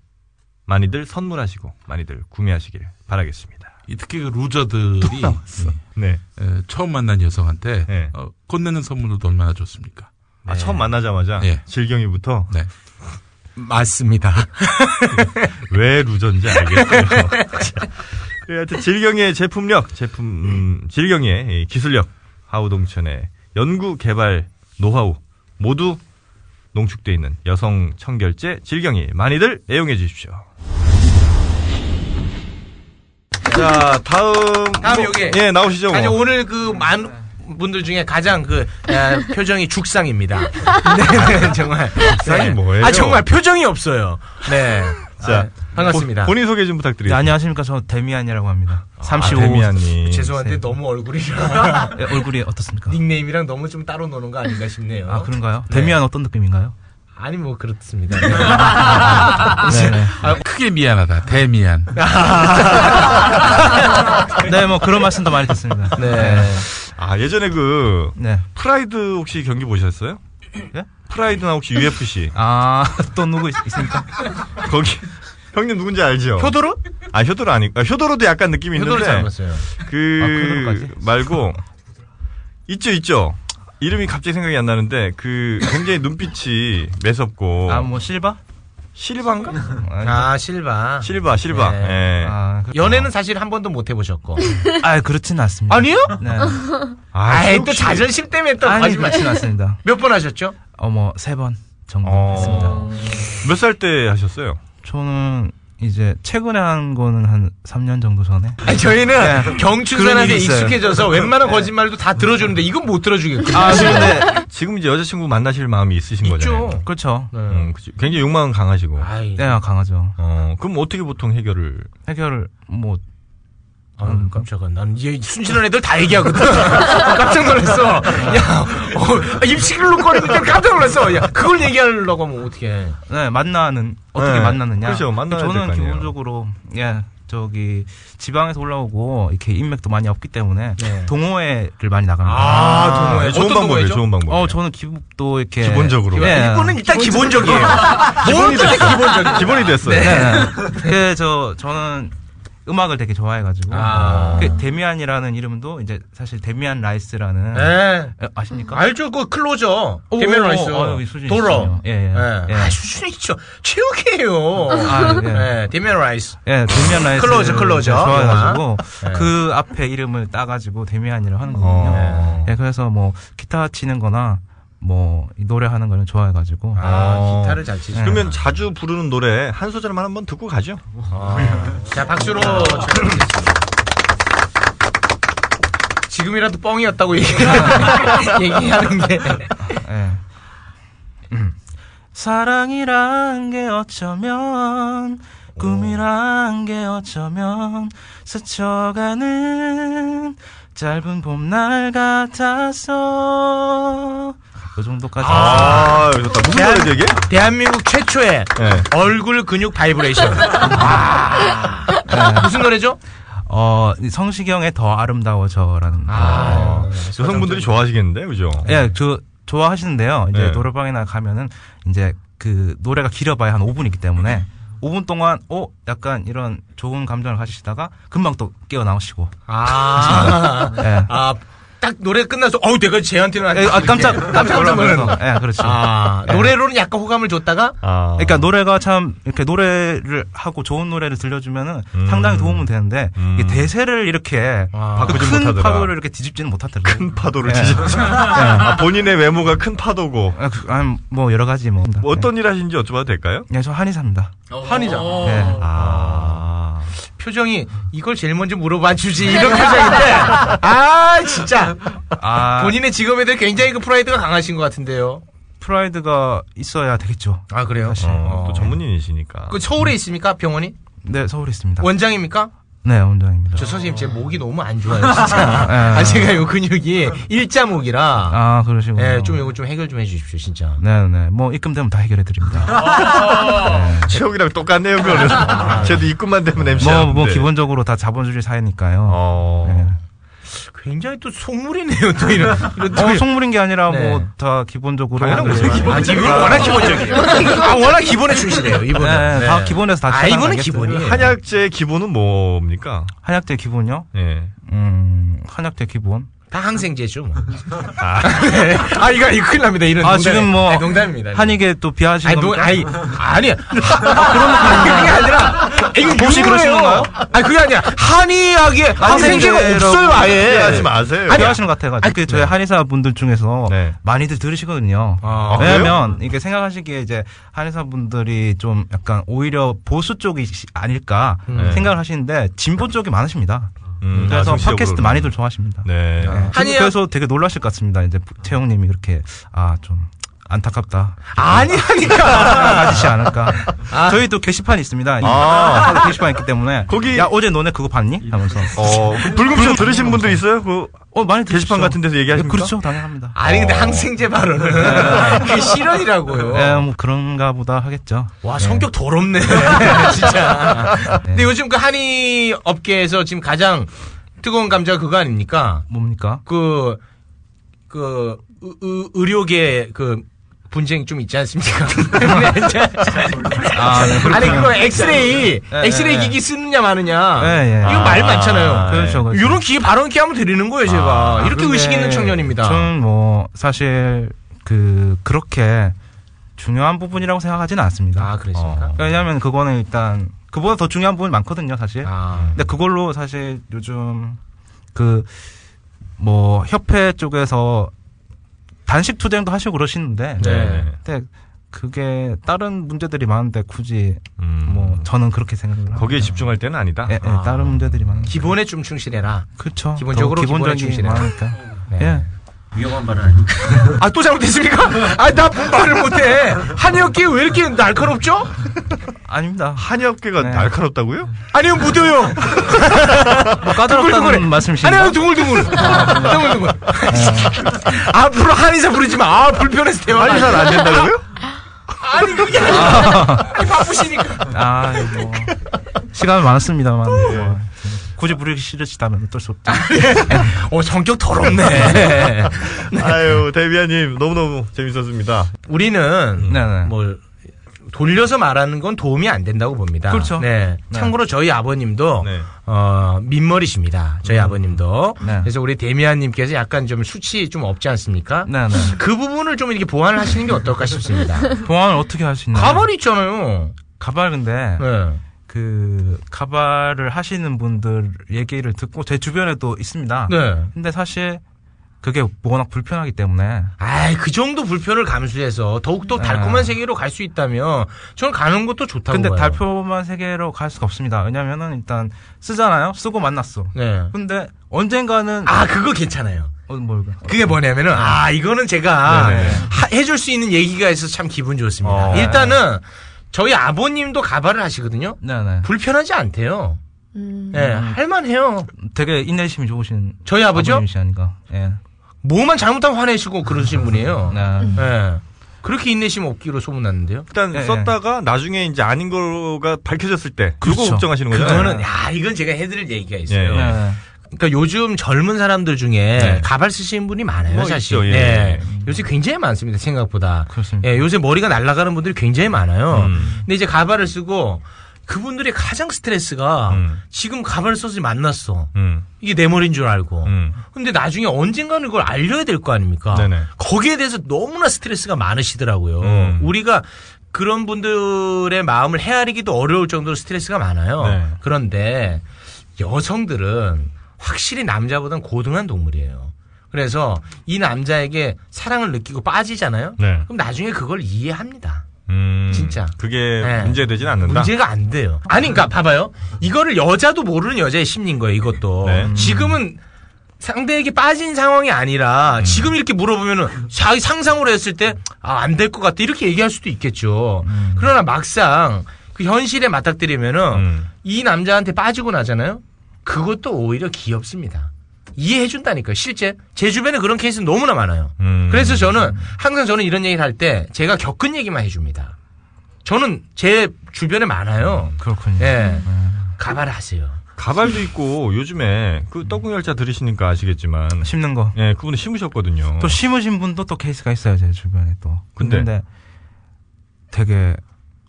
Speaker 5: 많이들 선물하시고 많이들 구매하시길 바라겠습니다.
Speaker 1: 이 특히 그 루저들이
Speaker 5: 네.
Speaker 1: 에, 처음 만난 여성한테
Speaker 8: 예.
Speaker 5: 네.
Speaker 1: 어, 건네는 선물도 얼마나 좋습니까?
Speaker 6: 네.
Speaker 5: 아, 처음 만나자마자
Speaker 1: 예.
Speaker 5: 질경이부터
Speaker 1: 네.
Speaker 6: 맞습니다.
Speaker 5: 왜 루저인지 알겠어요. 자, 예, 하여튼 질경의 제품력, 제품 음, 질경의 이 기술력, 하우동천의 연구 개발 노하우 모두 농축돼 있는 여성 청결제 질경이 많이들 애용해 주십시오. 자, 다음
Speaker 6: 다음 여기.
Speaker 5: 예, 나오시죠.
Speaker 6: 아니
Speaker 5: 뭐.
Speaker 6: 오늘 그 만 분들 중에 가장 그 아, 표정이 죽상입니다. 네, 네, 정말.
Speaker 5: 죽상이
Speaker 6: 네.
Speaker 5: 뭐예요?
Speaker 6: 아 정말 표정이 없어요. 네.
Speaker 5: 자,
Speaker 6: 아, 반갑습니다.
Speaker 5: 본인 소개 좀 부탁드립니다.
Speaker 8: 네, 안녕하십니까. 저 데미안이라고 합니다.
Speaker 5: 아,
Speaker 8: 35.
Speaker 5: 데미안님.
Speaker 6: 죄송한데 너무 얼굴이랑
Speaker 8: 네, 얼굴이 어떻습니까?
Speaker 6: 닉네임이랑 너무 좀 따로 노는 거 아닌가 싶네요.
Speaker 8: 아, 그런가요?
Speaker 6: 네.
Speaker 8: 데미안 어떤 느낌인가요?
Speaker 6: 아니 뭐 그렇습니다.
Speaker 1: 예.
Speaker 8: 네네.
Speaker 9: 아, 크게 미안하다. 대미안.
Speaker 8: 네, 뭐 그런 말씀도 많이 듣습니다.
Speaker 6: 네.
Speaker 5: 아, 예전에 그
Speaker 8: 네.
Speaker 5: 프라이드 혹시 경기 보셨어요?
Speaker 8: 예?
Speaker 5: 프라이드나 혹시 UFC
Speaker 8: 아, 또 누구 있, 있습니까?
Speaker 5: 거기 형님 누군지 알죠?
Speaker 6: 효도로?
Speaker 5: 아 효도로 아니 아, 효도로도 약간 느낌이
Speaker 6: 효도를
Speaker 5: 있는데
Speaker 6: 잘못어요.
Speaker 8: 아,
Speaker 5: 그
Speaker 8: 효도로까지?
Speaker 5: 말고 있죠 있죠 이름이 갑자기 생각이 안 나는데 그 굉장히 눈빛이 매섭고
Speaker 8: 아, 뭐 실바?
Speaker 5: 실바인가?
Speaker 6: 아 실바.
Speaker 5: 실바 실바
Speaker 6: 네.
Speaker 5: 예.
Speaker 8: 아, 그-
Speaker 6: 연애는 사실 한 번도 못 해보셨고.
Speaker 8: 아, 그렇진 않습니다.
Speaker 6: 아니요?
Speaker 8: 네.
Speaker 5: 아,
Speaker 6: 아이 또
Speaker 5: 혹시-
Speaker 6: 자존심 때문에 또
Speaker 8: 아니,
Speaker 6: 거짓말
Speaker 8: 그렇진 않습니다.
Speaker 6: 몇 번 하셨죠?
Speaker 8: 어, 뭐 세 번 정도
Speaker 5: 어.
Speaker 8: 했습니다.
Speaker 5: 몇 살 때 하셨어요?
Speaker 8: 저는 이제 최근에 한 거는 한 3년 정도 전에.
Speaker 6: 아니, 저희는
Speaker 8: 그런
Speaker 6: 네. 경춘선한테
Speaker 8: 일이 있어요.
Speaker 6: 익숙해져서 웬만한 거짓말도 다 들어주는데 이건 못 들어주겠고.
Speaker 5: 아 근데 지금 이제 여자친구 만나실 마음이 있으신
Speaker 6: 있죠.
Speaker 5: 거잖아요.
Speaker 8: 그렇죠.
Speaker 5: 음, 그치. 굉장히 욕망은 강하시고.
Speaker 6: 아이.
Speaker 8: 네, 강하죠.
Speaker 5: 어, 그럼 어떻게 보통 해결을?
Speaker 8: 해결을 뭐
Speaker 6: 아,
Speaker 8: 그러니까.
Speaker 6: 깜짝아. 난 이제 순진한 애들 다 얘기하거든. 깜짝 놀랐어. 야, 어, 입시글룩거리니까 깜짝 놀랐어. 야, 그걸 얘기하려고 하면 어떡해.
Speaker 8: 네, 만나는 어떻게
Speaker 5: 네,
Speaker 8: 만나느냐.
Speaker 5: 그렇죠. 만나야 될거
Speaker 8: 저는
Speaker 5: 아니에요.
Speaker 8: 기본적으로 예 저기 지방에서 올라오고 이렇게 인맥도 많이 없기 때문에
Speaker 6: 네.
Speaker 8: 동호회를 많이 나갑니다.
Speaker 6: 아, 동호회.
Speaker 5: 좋은
Speaker 6: 어떤
Speaker 5: 방법이에요.
Speaker 6: 동호회죠?
Speaker 5: 좋은 방법.
Speaker 8: 어 저는 기본도 이렇게
Speaker 5: 기본적으로.
Speaker 8: 예.
Speaker 6: 이거는 일단 기본적이에요. 기본이 기본적이에요.
Speaker 5: 기본이 됐어요.
Speaker 8: 네.
Speaker 6: 네.
Speaker 5: 네.
Speaker 8: 그저 저는 음악을 되게 좋아해가지고
Speaker 6: 아.
Speaker 8: 그 데미안이라는 이름도 이제 사실 데미안 라이스라는
Speaker 6: 네.
Speaker 8: 예, 아십니까?
Speaker 6: 알죠, 그 클로저.
Speaker 8: 오,
Speaker 6: 개면
Speaker 8: 오,
Speaker 6: 라이스.
Speaker 8: 어, 여기 수준이
Speaker 6: 도러.
Speaker 8: 있어요. 예, 예. 예.
Speaker 6: 아, 수준이 있죠. 최욱이에요.
Speaker 8: 아, 예.
Speaker 6: 네, 데면 라이스.
Speaker 8: 예, 데미안 라이스
Speaker 6: 클로저, 클로저.
Speaker 8: 좋아해가지고
Speaker 6: 영화.
Speaker 8: 그 앞에 이름을 따가지고 데미안이라고 하는 거거든요.
Speaker 5: 어.
Speaker 8: 예, 그래서 뭐 기타 치는거나 뭐이 노래하는 거는 좋아해가지고
Speaker 6: 아,
Speaker 5: 어.
Speaker 6: 기타를 잘 치죠.
Speaker 5: 그러면 자주 부르는 노래 한 소절만 한번 듣고 가죠.
Speaker 6: 자, 박수로.
Speaker 8: 아.
Speaker 6: 축하드리겠습니다. 지금이라도 뻥이었다고 얘기하는, 얘기하는 게.
Speaker 8: 예. 음. 사랑이란 게 어쩌면 꿈이란 게 어쩌면 스쳐가는 짧은 봄날 같아서 요 정도까지
Speaker 5: 아, 좋다. 무슨
Speaker 6: 대한-
Speaker 5: 노래지 이게?
Speaker 6: 대한민국 최초의
Speaker 8: 예.
Speaker 5: 네.
Speaker 6: 얼굴 근육 바이브레이션. 아.
Speaker 8: 예.
Speaker 6: 무슨 노래죠?
Speaker 8: 어, 성시경의 더 아름다워져라는.
Speaker 5: 아, 여성분들이 좋아하시겠는데, 그죠?
Speaker 8: 예, 저, 좋아하시는데요. 이제
Speaker 5: 네.
Speaker 8: 노래방이나 가면은 이제 그 노래가 길어봐야 한 5분이기 때문에
Speaker 5: 음.
Speaker 8: 5분 동안, 어, 약간 이런 좋은 감정을 가지시다가 금방 또 깨어나오시고.
Speaker 6: 아.
Speaker 5: 네.
Speaker 8: 예.
Speaker 6: 아, 딱 노래 끝나서, 어우, 내가 쟤한테는 안
Speaker 8: 예, 아, 깜짝,
Speaker 6: 이렇게.
Speaker 8: 깜짝 놀라서. 예, 그렇죠.
Speaker 6: 아,
Speaker 8: 예.
Speaker 6: 노래로는 약간 호감을 줬다가,
Speaker 5: 아.
Speaker 8: 그러니까 노래가 참 이렇게 노래를 하고 좋은 노래를 들려주면은 상당히 도움은 되는데
Speaker 5: 음.
Speaker 8: 이게 대세를 이렇게
Speaker 6: 아.
Speaker 8: 그
Speaker 5: 바꾸진
Speaker 8: 큰
Speaker 5: 못하더라.
Speaker 8: 파도를 이렇게 뒤집지는 못하더라고요.
Speaker 5: 큰 파도를
Speaker 8: 예.
Speaker 5: 뒤집죠. 아, 본인의 외모가 큰 파도고.
Speaker 8: 아, 그, 아니, 뭐 여러 가지 뭐.
Speaker 5: 뭐 어떤 일 하시는지 여쭤봐도 될까요?
Speaker 8: 예, 저 한의사입니다.
Speaker 6: 한이자.
Speaker 8: 예.
Speaker 5: 아.
Speaker 6: 표정이 이걸 제일 먼저 물어봐 주지 이런 표정인데 아 진짜
Speaker 8: 아,
Speaker 6: 본인의 직업에 대해 굉장히 그 프라이드가 강하신 것 같은데요.
Speaker 8: 프라이드가 있어야 되겠죠.
Speaker 6: 아 그래요?
Speaker 8: 사실.
Speaker 11: 음,
Speaker 5: 어, 또 전문인이시니까.
Speaker 6: 그 서울에 있습니까 병원이?
Speaker 8: 네, 서울에 있습니다.
Speaker 6: 원장입니까?
Speaker 8: 네, 원장입니다. 네.
Speaker 6: 저 선생님 제 목이 너무 안 좋아요 진짜. 아 제가 요 근육이 일자목이라
Speaker 8: 아, 그러시군요.
Speaker 6: 예, 좀 요거 좀 해결 좀 해주십시오 진짜.
Speaker 8: 네, 네. 뭐 입금되면 다 해결해 드립니다.
Speaker 5: 체육이랑 똑같네요, 그거는.
Speaker 11: 아.
Speaker 5: 쟤도 입금만 되면 MC.
Speaker 8: 뭐 뭐 기본적으로 다 자본주의 사회니까요.
Speaker 5: 어.
Speaker 8: 네.
Speaker 6: 굉장히 또 속물이네요 또 이런 이런
Speaker 8: 어, 속물인 게 아니라
Speaker 6: 네.
Speaker 8: 뭐 다 기본적으로
Speaker 5: 당연한 거죠,
Speaker 8: 네.
Speaker 5: 기본.
Speaker 6: 아, 지금 워낙 기본적이에요. 아, 워낙 기본에 충실해요, 이분은.
Speaker 8: 네, 네, 다 기본에서 다
Speaker 6: 아, 이거는
Speaker 8: 차단하겠어요.
Speaker 6: 기본이에요.
Speaker 5: 한약재의 기본은 뭡니까?
Speaker 8: 한약대 기본요?
Speaker 5: 예.
Speaker 8: 음, 한약대 기본.
Speaker 6: 다 항생제죠, 뭐. 아, 이거, 이거 큰일 납니다, 이런.
Speaker 8: 아,
Speaker 6: 농담이-
Speaker 8: 지금 뭐
Speaker 6: 아니, 농담입니다.
Speaker 8: 한의계 또 비하하시는
Speaker 6: 아니, 농,
Speaker 8: 겁니까?
Speaker 6: 아니, 아니. 아, 그런 게 아니라. 이거
Speaker 8: 혹시 그러시는
Speaker 6: 유머예요.
Speaker 8: 건가요?
Speaker 6: 아니, 그게 아니야. 한의학에 항생제가
Speaker 8: 항생제라고
Speaker 6: 없어요, 아예.
Speaker 5: 하지 마세요.
Speaker 8: 아니, 하시는 네, 것 같아가지고 그 저희 한의사 분들 중에서
Speaker 5: 네.
Speaker 8: 많이들 들으시거든요.
Speaker 6: 아,
Speaker 8: 왜냐하면 이게 생각하시기에 이제 한의사 분들이 좀 약간 오히려 보수 쪽이 아닐까
Speaker 5: 네.
Speaker 8: 생각을 하시는데 진보 쪽이 많으십니다.
Speaker 11: 음, 그래서
Speaker 5: 아, 정치적으로는.
Speaker 11: 팟캐스트 많이들 좋아하십니다.
Speaker 5: 네.
Speaker 11: 네.
Speaker 6: 아니요.
Speaker 11: 그래서 되게 놀라실 것 같습니다. 이제 태용님이 그렇게 아 좀 안타깝다.
Speaker 6: 어. 아니라니까.
Speaker 11: 아저씨 않을까.
Speaker 6: 아.
Speaker 11: 저희도 게시판이 있습니다.
Speaker 5: 아.
Speaker 11: 바로 게시판이 있기 때문에.
Speaker 5: 거기-
Speaker 11: 야 어제 너네 그거 봤니? 하면서.
Speaker 5: 어, 그 불금쇼 들으신 분들 있어요? 그,
Speaker 11: 어, 많이 들으시죠.
Speaker 5: 게시판 같은 데서 얘기하십니까?
Speaker 11: 그렇죠, 당연합니다.
Speaker 6: 아니 근데
Speaker 5: 어.
Speaker 6: 항생제 발언은 그게 실언이라고요.
Speaker 11: 예, 뭐 그런가 보다 하겠죠.
Speaker 6: 와
Speaker 11: 네.
Speaker 6: 성격 더럽네 진짜. 근데
Speaker 11: 네.
Speaker 6: 요즘 그 한의 업계에서 지금 가장 뜨거운 감자가 그거 아닙니까?
Speaker 11: 뭡니까?
Speaker 6: 그, 그, 의- 의- 의료계 그 분쟁이 좀 있지 않습니까?
Speaker 11: 아, 네,
Speaker 6: 아니,
Speaker 11: 그렇군요.
Speaker 6: 그거 엑스레이,
Speaker 11: 예,
Speaker 6: 엑스레이
Speaker 11: 예.
Speaker 6: 기기 쓰느냐, 마느냐.
Speaker 11: 예, 예.
Speaker 6: 이거 말
Speaker 5: 아,
Speaker 6: 네. 많잖아요. 네.
Speaker 11: 그렇죠, 그렇죠.
Speaker 6: 이런 기회 바로 이렇게 한번 드리는 거예요, 제가. 이렇게
Speaker 11: 근데
Speaker 6: 의식 있는 청년입니다.
Speaker 5: 아.
Speaker 11: 저는 뭐 사실 그 그렇게 중요한 부분이라고 생각하지는 않습니다.
Speaker 6: 아, 그러십니까?
Speaker 11: 그러니까 왜냐하면 그거는 일단 그보다 더 중요한 부분이 많거든요, 사실.
Speaker 6: 아.
Speaker 11: 근데 그걸로 사실 요즘 그 뭐 협회 쪽에서 단식 투쟁도 하시고 그러시는데,
Speaker 6: 네.
Speaker 11: 근데 그게 다른 문제들이 많은데 굳이
Speaker 5: 음,
Speaker 11: 뭐 저는 그렇게 생각을 합니다.
Speaker 5: 거기에 집중할 때는 아니다.
Speaker 8: 네,
Speaker 11: 예, 예,
Speaker 6: 아.
Speaker 11: 다른 문제들이 많은데.
Speaker 6: 기본에 좀 충실해라.
Speaker 11: 그렇죠.
Speaker 6: 기본적으로
Speaker 11: 더
Speaker 6: 기본에
Speaker 11: 기본적인
Speaker 6: 충실해라. 네.
Speaker 11: 많으니까. 예.
Speaker 9: 위험한 발언 아닙니까?
Speaker 6: 아, 또 잘못했습니까? 아, 나 분발을 못해. 한의학계 왜 이렇게 날카롭죠?
Speaker 11: 아닙니다.
Speaker 5: 한의학계가
Speaker 11: 네.
Speaker 5: 날카롭다고요?
Speaker 6: 아니요, 무뎌요.
Speaker 11: 까다롭다는
Speaker 6: 두글두글.
Speaker 11: 말씀이신가요?
Speaker 6: 아니요, 둥글둥글. 둥글둥글. 앞으로 한의사 부르지 마. 아, 불편해서 대화.
Speaker 5: 한의사는안 된다고요?
Speaker 6: 아니, 그게 아니라. 아니, 바쁘시니까.
Speaker 11: 아, 뭐. 시간은 많았습니다만.
Speaker 5: 네.
Speaker 11: 뭐, 굳이 부르기 싫으시다면 어쩔 수 없죠.
Speaker 6: 어, 성격 더럽네.
Speaker 5: 아유, 데비아님, 너무너무 재밌었습니다.
Speaker 6: 우리는,
Speaker 11: 네네.
Speaker 6: 뭐, 돌려서 말하는 건 도움이 안 된다고 봅니다.
Speaker 11: 그렇죠.
Speaker 6: 네. 참고로 저희 아버님도
Speaker 5: 네.
Speaker 6: 어, 민머리십니다. 저희 아버님도.
Speaker 11: 네.
Speaker 6: 그래서 우리 데미안님께서 약간 좀 수치 좀 없지 않습니까?
Speaker 11: 네네.
Speaker 6: 그 부분을 좀 이렇게 보완을 하시는 게 어떨까 싶습니다.
Speaker 5: 네.
Speaker 11: 보안을 어떻게 할 수 있나요?
Speaker 6: 가발이 있잖아요.
Speaker 11: 가발 근데,
Speaker 6: 네.
Speaker 11: 그, 가발을 하시는 분들 얘기를 듣고, 제 주변에도 있습니다.
Speaker 6: 네.
Speaker 11: 근데 사실, 그게 워낙 불편하기 때문에.
Speaker 6: 아이, 그 정도 불편을 감수해서 더욱더 달콤한 세계로 갈 수 있다면 저는 가는 것도 좋다고
Speaker 11: 근데
Speaker 6: 봐요.
Speaker 11: 달표만 세계로 갈 수가 없습니다. 왜냐면은 일단, 쓰잖아요? 쓰고 만났어.
Speaker 6: 네.
Speaker 11: 근데, 언젠가는,
Speaker 6: 아, 그거 괜찮아요.
Speaker 11: 어, 뭘,
Speaker 6: 그게 뭐냐면은 아 이거는 제가
Speaker 5: 네네.
Speaker 6: 하- 해줄 수 있는 얘기가 있어서 참 기분 좋습니다.
Speaker 5: 어.
Speaker 6: 일단은 저희 아버님도 가발을 하시거든요.
Speaker 11: 네네.
Speaker 6: 불편하지 않대요.
Speaker 7: 음.
Speaker 6: 예, 할만해요.
Speaker 11: 되게 인내심이 좋으신.
Speaker 6: 저희 아버지요?
Speaker 11: 아버님이시 아닌가. 예.
Speaker 6: 뭐만 잘못하면 화내시고 그러신 분이에요.
Speaker 11: 네.
Speaker 6: 예. 그렇게 인내심 없기로 소문났는데요.
Speaker 5: 일단
Speaker 11: 예,
Speaker 5: 썼다가 나중에 이제 아닌 거가 밝혀졌을 때, 그거
Speaker 11: 그렇죠.
Speaker 5: 걱정하시는 거잖아요.
Speaker 6: 그거는 야 이건 제가 해드릴 얘기가
Speaker 5: 예,
Speaker 6: 있어요.
Speaker 5: 예.
Speaker 11: 네.
Speaker 6: 그러니까 요즘 젊은 사람들 중에 가발 쓰시는 분이 많아요,
Speaker 5: 뭐
Speaker 6: 사실.
Speaker 5: 있죠, 예.
Speaker 6: 예. 요새 굉장히 많습니다, 생각보다.
Speaker 11: 그렇습니다.
Speaker 6: 예, 요새 머리가 날아가는 분들이 굉장히 많아요.
Speaker 5: 음.
Speaker 6: 근데 이제 가발을 쓰고 그분들의 가장 스트레스가
Speaker 5: 음.
Speaker 6: 지금 가발을 써서 만났어.
Speaker 5: 음,
Speaker 6: 이게 내 머리인 줄 알고.
Speaker 5: 음.
Speaker 6: 근데 나중에 언젠가는 그걸 알려야 될 거 아닙니까?
Speaker 5: 네네.
Speaker 6: 거기에 대해서 너무나 스트레스가 많으시더라고요.
Speaker 5: 음.
Speaker 6: 우리가 그런 분들의 마음을 헤아리기도 어려울 정도로 스트레스가 많아요.
Speaker 5: 네.
Speaker 6: 그런데 여성들은 확실히 남자보단 고등한 동물이에요. 그래서 이 남자에게 사랑을 느끼고 빠지잖아요.
Speaker 5: 네.
Speaker 6: 그럼 나중에 그걸 이해합니다.
Speaker 5: 음.
Speaker 6: 진짜.
Speaker 5: 그게
Speaker 6: 네.
Speaker 5: 문제되진 않는다.
Speaker 6: 문제가 안 돼요. 아니, 그러니까 봐봐요. 이거를 여자도 모르는 여자의 심리인 거예요, 이것도.
Speaker 5: 네.
Speaker 6: 지금은 상대에게 빠진 상황이 아니라
Speaker 5: 음.
Speaker 6: 지금 이렇게 물어보면은 자기 상상으로 했을 때 아, 안 될 것 같아. 이렇게 얘기할 수도 있겠죠. 그러나 막상 그 현실에 맞닥뜨리면은
Speaker 5: 음.
Speaker 6: 이 남자한테 빠지고 나잖아요? 그것도 오히려 귀엽습니다. 이해해준다니까요. 실제 제 주변에 그런 케이스는 너무나 많아요.
Speaker 5: 음.
Speaker 6: 그래서 저는 항상 저는 이런 얘기를 할 때 제가 겪은 얘기만 해줍니다. 저는 제 주변에 많아요.
Speaker 5: 음.
Speaker 11: 그렇군요. 음.
Speaker 6: 예. 가발을 하세요.
Speaker 5: 가발도 있고, 요즘에 그 떡국 열차 들으시니까 아시겠지만,
Speaker 11: 심는 거.
Speaker 5: 예, 그분은 심으셨거든요.
Speaker 11: 또 심으신 분도 또 케이스가 있어요, 제 주변에 또.
Speaker 5: 근데? 네.
Speaker 11: 근데 되게,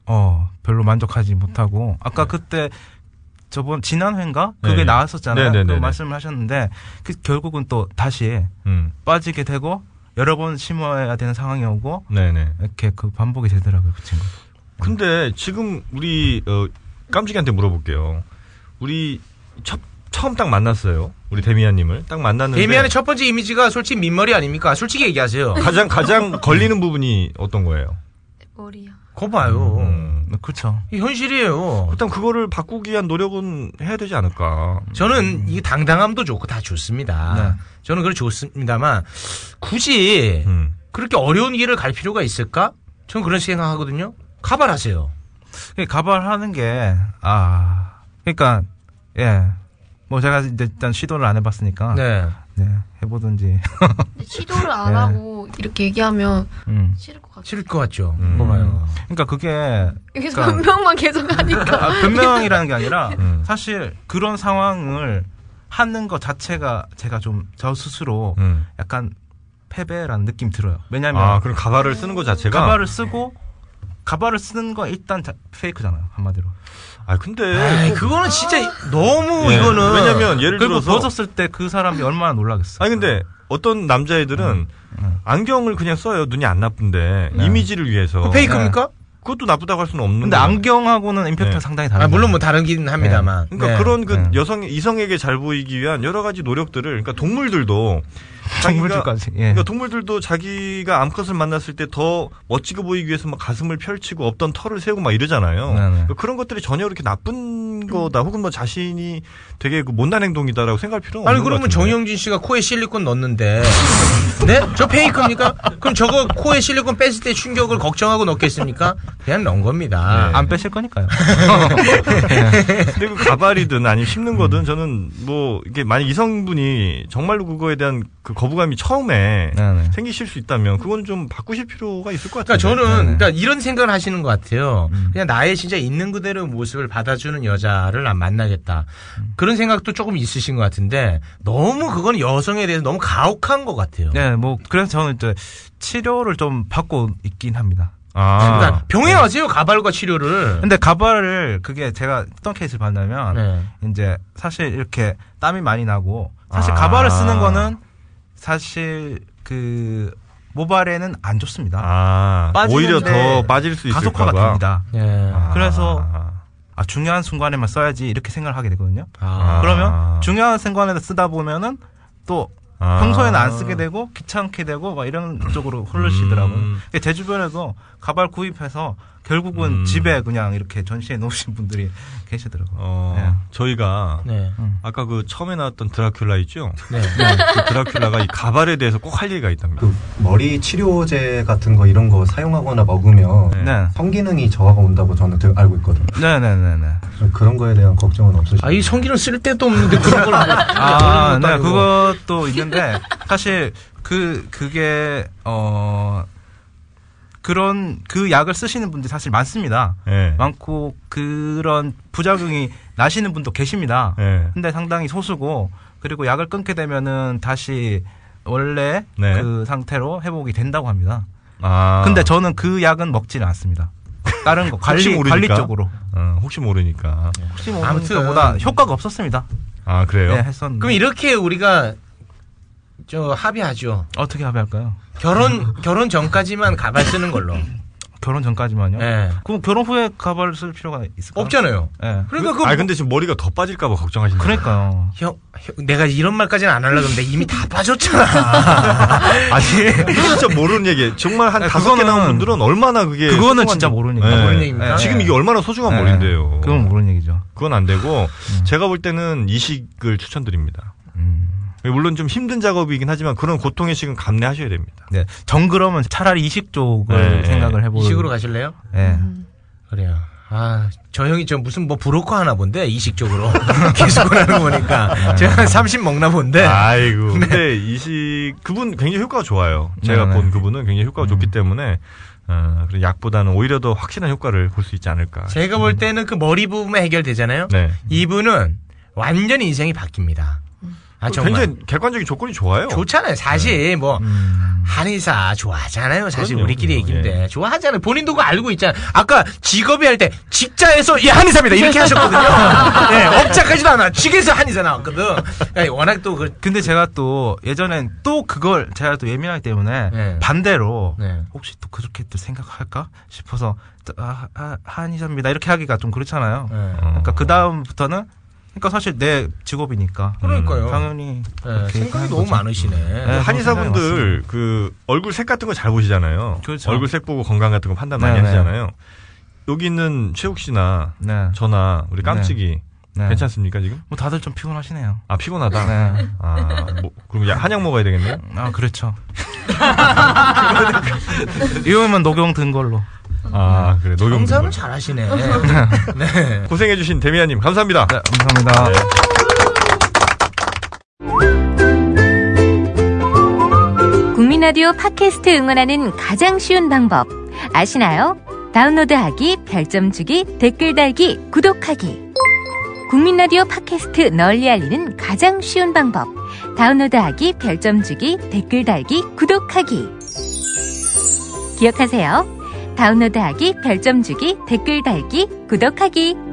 Speaker 11: 어, 별로 만족하지 못하고. 아까 그때 저번, 지난 회인가? 그게
Speaker 5: 네.
Speaker 11: 나왔었잖아요.
Speaker 5: 네, 네,
Speaker 11: 그
Speaker 5: 네, 네.
Speaker 11: 말씀을 하셨는데, 그 결국은 또 다시
Speaker 5: 음.
Speaker 11: 빠지게 되고, 여러 번 심어야 되는 상황이 오고,
Speaker 5: 네네.
Speaker 11: 이렇게 그 반복이 되더라고요, 그 친구.
Speaker 5: 근데 지금 우리 어, 깜찍이한테 물어볼게요. 우리 첫, 처음 딱 만났어요. 우리 데미안님을 딱 만났는데
Speaker 6: 데미안의 첫 번째 이미지가 솔직히 민머리 아닙니까? 솔직히
Speaker 5: 음.
Speaker 6: 얘기하세요.
Speaker 5: 가장 가장 걸리는 부분이 어떤 거예요?
Speaker 7: 머리요.
Speaker 6: 거 봐요.
Speaker 5: 음.
Speaker 8: 그렇죠.
Speaker 6: 이 현실이에요.
Speaker 5: 일단 그거를 바꾸기 위한 노력은 해야 되지 않을까.
Speaker 6: 저는 이 당당함도 좋고 다
Speaker 5: 네.
Speaker 6: 좋습니다. 저는 그걸 좋습니다만 굳이
Speaker 5: 음.
Speaker 6: 그렇게 어려운 길을 갈 필요가 있을까? 저는 그런 생각하거든요. 가발하세요.
Speaker 8: 가발하는 게, 아, 그러니까, 예. 뭐 제가 이제 일단 시도를 안
Speaker 5: 아.
Speaker 8: 해봤으니까.
Speaker 6: 네.
Speaker 8: 해보든지.
Speaker 7: 시도를 안
Speaker 8: 네.
Speaker 7: 하고 이렇게 얘기하면
Speaker 8: 음.
Speaker 7: 싫을 것 같아요.
Speaker 6: 싫을 것 같죠.
Speaker 5: 음.
Speaker 8: 뭐가요? 그러니까 그게.
Speaker 7: 여기서
Speaker 8: 그러니까
Speaker 7: 변명만 계속 하니까.
Speaker 8: 아, 변명이라는 게 아니라 사실 그런 상황을 하는 것 자체가 제가 좀 저 스스로 약간 패배라는 느낌 들어요. 왜냐면
Speaker 5: 음. 아, 그럼 가발을 쓰는 것 자체가?
Speaker 8: 가발을 쓰고 가발을 쓰는 건 일단 자- 페이크잖아요 한마디로.
Speaker 5: 아 근데
Speaker 6: 에이, 그거는 진짜 너무
Speaker 5: 예.
Speaker 6: 이거는
Speaker 5: 왜냐면 예를
Speaker 8: 그리고
Speaker 5: 들어서
Speaker 8: 벗었을 때 그 사람이 얼마나 놀라겠어.
Speaker 5: 아니 근데 어떤 남자애들은 안경을 그냥 써요. 눈이 안 나쁜데 이미지를
Speaker 8: 어.
Speaker 5: 위해서. 네.
Speaker 6: 그거 페이크입니까?
Speaker 8: 네.
Speaker 5: 그것도 나쁘다고 할 수는 없는.
Speaker 8: 근데 안경하고는 임팩트가 상당히 다른.
Speaker 6: 아, 물론 뭐 다른긴 합니다만.
Speaker 5: 그러니까
Speaker 6: 네.
Speaker 5: 그런 그 여성 이성에게 잘 보이기 위한 여러 가지 노력들을 그러니까 동물들도 자기가-
Speaker 8: 동물들까지, 예.
Speaker 6: 네.
Speaker 5: 그러니까 동물들도 자기가 암컷을 만났을 때 더 멋지게 보이기 위해서 막 가슴을 펼치고 없던 털을 세우고 막
Speaker 6: 네,
Speaker 5: 이러잖아요. 그러니까 그런 것들이 전혀 그렇게 나쁜 거다 혹은 뭐 자신이 되게 그 못난 행동이다라고 생각할 필요는
Speaker 6: 어, 아니
Speaker 5: 없는
Speaker 6: 그러면
Speaker 5: 것 같은데.
Speaker 6: 정영진 씨가 코에 실리콘 넣었는데 네? 저 페이크입니까? 그럼 저거 코에 실리콘 뺐을 때 충격을 걱정하고 넣겠습니까? 그냥 넣은 겁니다.
Speaker 8: 안 빼실 거니까요.
Speaker 5: 근데 그 가발이든 아니면
Speaker 6: 음.
Speaker 5: 씹는 거든 저는 뭐 이게 만약 이성분이 정말로 그거에 대한 그 거부감이 처음에
Speaker 6: 네,
Speaker 5: 생기실 수 있다면 그건 좀 바꾸실 필요가 있을 것 같아요.
Speaker 8: 네.
Speaker 6: 그러니까 저는 그러니까 이런 생각을 하시는 것 같아요.
Speaker 8: 음.
Speaker 6: 그냥 나의 진짜 있는 그대로의 모습을 받아주는 여자를 난 만나겠다. 그런 생각도 조금 있으신 것 같은데 너무 그건 여성에 대해서 너무 가혹한 것 같아요.
Speaker 8: 네, 뭐 그래서 저는 이제 치료를 좀 받고 있긴 합니다.
Speaker 5: 아.
Speaker 8: 아,
Speaker 6: 그러니까 병에 하세요
Speaker 8: 네.
Speaker 6: 가발과 치료를.
Speaker 8: 근데 가발을 그게 제가 어떤 케이스를 봤냐면
Speaker 6: 네.
Speaker 8: 이제 사실 이렇게 땀이 많이 나고 사실
Speaker 5: 아.
Speaker 8: 가발을 쓰는 거는 사실 그 모발에는 안 좋습니다.
Speaker 5: 아, 오히려 더 빠질 수 있을까 아.
Speaker 8: 가속화가
Speaker 5: 봐.
Speaker 8: 됩니다.
Speaker 6: 예.
Speaker 8: 그래서 아, 중요한 순간에만 써야지 이렇게 생각을 하게 되거든요.
Speaker 6: 아.
Speaker 8: 그러면 중요한 순간에 쓰다 보면은 또
Speaker 5: 아.
Speaker 8: 평소에는 안 쓰게 되고 귀찮게 되고 막 이런 쪽으로 흐르시더라고요.
Speaker 5: 음.
Speaker 8: 근데 예, 제 주변에도 가발 구입해서 결국은
Speaker 5: 음.
Speaker 8: 집에 그냥 이렇게 전시해 놓으신 분들이 계시더라고요.
Speaker 5: 어,
Speaker 8: 네.
Speaker 5: 저희가
Speaker 6: 네.
Speaker 8: 음.
Speaker 5: 아까 그 처음에 나왔던 드라큘라 있죠?
Speaker 6: 네.
Speaker 5: 그 드라큘라가 이 가발에 대해서 꼭 할 얘기가 있답니다.
Speaker 12: 머리 치료제 같은 거 이런 거 사용하거나 먹으면
Speaker 8: 네.
Speaker 12: 성기능이 저하가 온다고 저는 들- 알고 있거든요.
Speaker 8: 네네네네.
Speaker 12: 그럼 그런 거에 대한 걱정은 없으시죠?
Speaker 6: 아이 성기는 쓸 때도 없는데 그런 걸.
Speaker 8: 아, 네, 그것도 있는데 사실 그 그게 어 그런 그 약을 쓰시는 분들이 사실 많습니다.
Speaker 12: 네.
Speaker 5: 예.
Speaker 8: 많고 그런 부작용이 나시는 분도 계십니다.
Speaker 5: 예.
Speaker 8: 근데 상당히 소수고 그리고 약을 끊게 되면은 다시 원래
Speaker 5: 네.
Speaker 8: 그 상태로 회복이 된다고 합니다.
Speaker 5: 아.
Speaker 8: 근데 저는 그 약은 먹지는 않습니다. 다른 거
Speaker 5: 혹시
Speaker 8: 관리
Speaker 5: 모르니까?
Speaker 8: 관리 쪽으로.
Speaker 5: 어, 혹시 모르니까.
Speaker 8: 혹시
Speaker 6: 아무튼.
Speaker 8: 모르니까보다 효과가 없었습니다.
Speaker 5: 아, 그래요?
Speaker 8: 네, 했었는데.
Speaker 6: 그럼 이렇게 우리가 저 합의하죠.
Speaker 8: 어떻게 합의할까요?
Speaker 5: 음.
Speaker 6: 결혼 결혼 전까지만 가발 쓰는 걸로.
Speaker 8: 결혼 전까지만요?
Speaker 6: 예.
Speaker 8: 네. 그럼 결혼 후에 가발을 쓸 필요가 있을까요?
Speaker 6: 없잖아요.
Speaker 8: 예.
Speaker 6: 그러니까 그
Speaker 5: 아, 근데 지금 머리가 더 빠질까 봐 걱정하시는
Speaker 8: 그러니까요.
Speaker 6: 형, 형, 내가 이런 말까지는 안 하려고 했는데 이미 다 빠졌잖아.
Speaker 5: 아니, 진짜 모르는 얘기. 정말 한
Speaker 8: 아니,
Speaker 5: 다섯 개
Speaker 8: 네, 그거는-
Speaker 5: 나온 분들은 얼마나 그게.
Speaker 8: 그거는
Speaker 5: 소중한
Speaker 8: 진짜
Speaker 5: 얘기-
Speaker 8: 모르니까.
Speaker 5: 예.
Speaker 6: 모르는 얘기입니까?
Speaker 5: 지금
Speaker 6: 예.
Speaker 5: 이게 얼마나 소중한
Speaker 8: 예.
Speaker 5: 머리인데요.
Speaker 8: 그건 모르는 음. 얘기죠.
Speaker 5: 그건 안 되고 제가 볼 때는 이식을 추천드립니다.
Speaker 8: 음.
Speaker 5: 물론 좀 힘든 작업이긴 하지만 그런 고통의 식은 감내하셔야 됩니다.
Speaker 8: 네. 정 그러면 차라리 이식 쪽을
Speaker 5: 네.
Speaker 8: 생각을 해보는.
Speaker 6: 이식으로 음. 가실래요?
Speaker 8: 예.
Speaker 6: 그래요. 아, 저 형이 저 무슨 뭐 브로커 하나 본데 이식적으로 계속 하는 거 보니까 제가 한30 먹나 본데.
Speaker 5: 음. 아이고. 네. 예. 근데 이식 그분 굉장히 효과가 좋아요. 제가
Speaker 8: 네,
Speaker 5: 본
Speaker 8: 네.
Speaker 5: 그분은 굉장히 효과가 좋기 때문에 어, 그런 약보다는 오히려 더 확실한 효과를 볼 수 있지 않을까.
Speaker 6: 제가 볼 때는 그 머리 부분만 해결되잖아요.
Speaker 5: 네.
Speaker 6: 이분은 완전히 인생이 바뀝니다. 아 정말
Speaker 5: 굉장히 객관적인 조건이 좋아요.
Speaker 6: 좋잖아요. 사실
Speaker 5: 네. 음.
Speaker 6: 뭐
Speaker 8: 음.
Speaker 6: 한의사 좋아하잖아요. 사실
Speaker 5: 그럼요,
Speaker 6: 우리끼리
Speaker 5: 그럼요. 예.
Speaker 6: 얘기인데 좋아하잖아요. 본인도 그거 알고 있잖아요. 아까 직업이 할 때 직자에서 예 한의사입니다 이렇게 하셨거든요. 네, 업자까지도 안 와. 직에서 한의사 나왔거든. 그러니까 워낙 또 그,
Speaker 8: 근데 제가 또 예전엔 또 그걸 제가 또 예민하기 때문에
Speaker 6: 네.
Speaker 8: 반대로
Speaker 6: 네.
Speaker 8: 혹시 또 그렇게 또 생각할까 싶어서 또 아, 아, 한의사입니다 이렇게 하기가 좀 그렇잖아요.
Speaker 6: 네.
Speaker 8: 그러니까 그 다음부터는 그러니까 사실 내 직업이니까. 음,
Speaker 6: 그러니까요.
Speaker 8: 당연히
Speaker 6: 네,
Speaker 8: 그렇게
Speaker 6: 생각이
Speaker 8: 하는
Speaker 6: 너무
Speaker 8: 거죠.
Speaker 6: 많으시네.
Speaker 8: 네,
Speaker 5: 한의사분들 그 얼굴 색 같은 거 잘 보시잖아요.
Speaker 8: 그렇죠.
Speaker 5: 얼굴 색 보고 건강 같은 거 판단 많이
Speaker 8: 네, 네.
Speaker 5: 하시잖아요. 여기 있는 최욱 씨나 저나 우리 깜찍이
Speaker 11: 네.
Speaker 5: 괜찮습니까 지금?
Speaker 11: 뭐 다들 좀 피곤하시네요.
Speaker 5: 아 피곤하다.
Speaker 11: 네.
Speaker 5: 아 뭐, 그럼 약 한약 먹어야 되겠네요.
Speaker 11: 아 그렇죠. 이거면 녹용 든 걸로.
Speaker 5: 아 그래 노
Speaker 6: 정상을
Speaker 8: 예,
Speaker 6: 잘하시네.
Speaker 5: 네. 고생해주신 데미안님 감사합니다.
Speaker 11: 네. 감사합니다.
Speaker 13: 국민라디오 팟캐스트 응원하는 가장 쉬운 방법 아시나요? 다운로드하기, 별점 주기, 댓글 달기, 구독하기. 국민라디오 팟캐스트 널리 알리는 가장 쉬운 방법 다운로드하기, 별점 주기, 댓글 달기, 구독하기. 기억하세요. 다운로드하기, 별점 주기, 댓글 달기, 구독하기.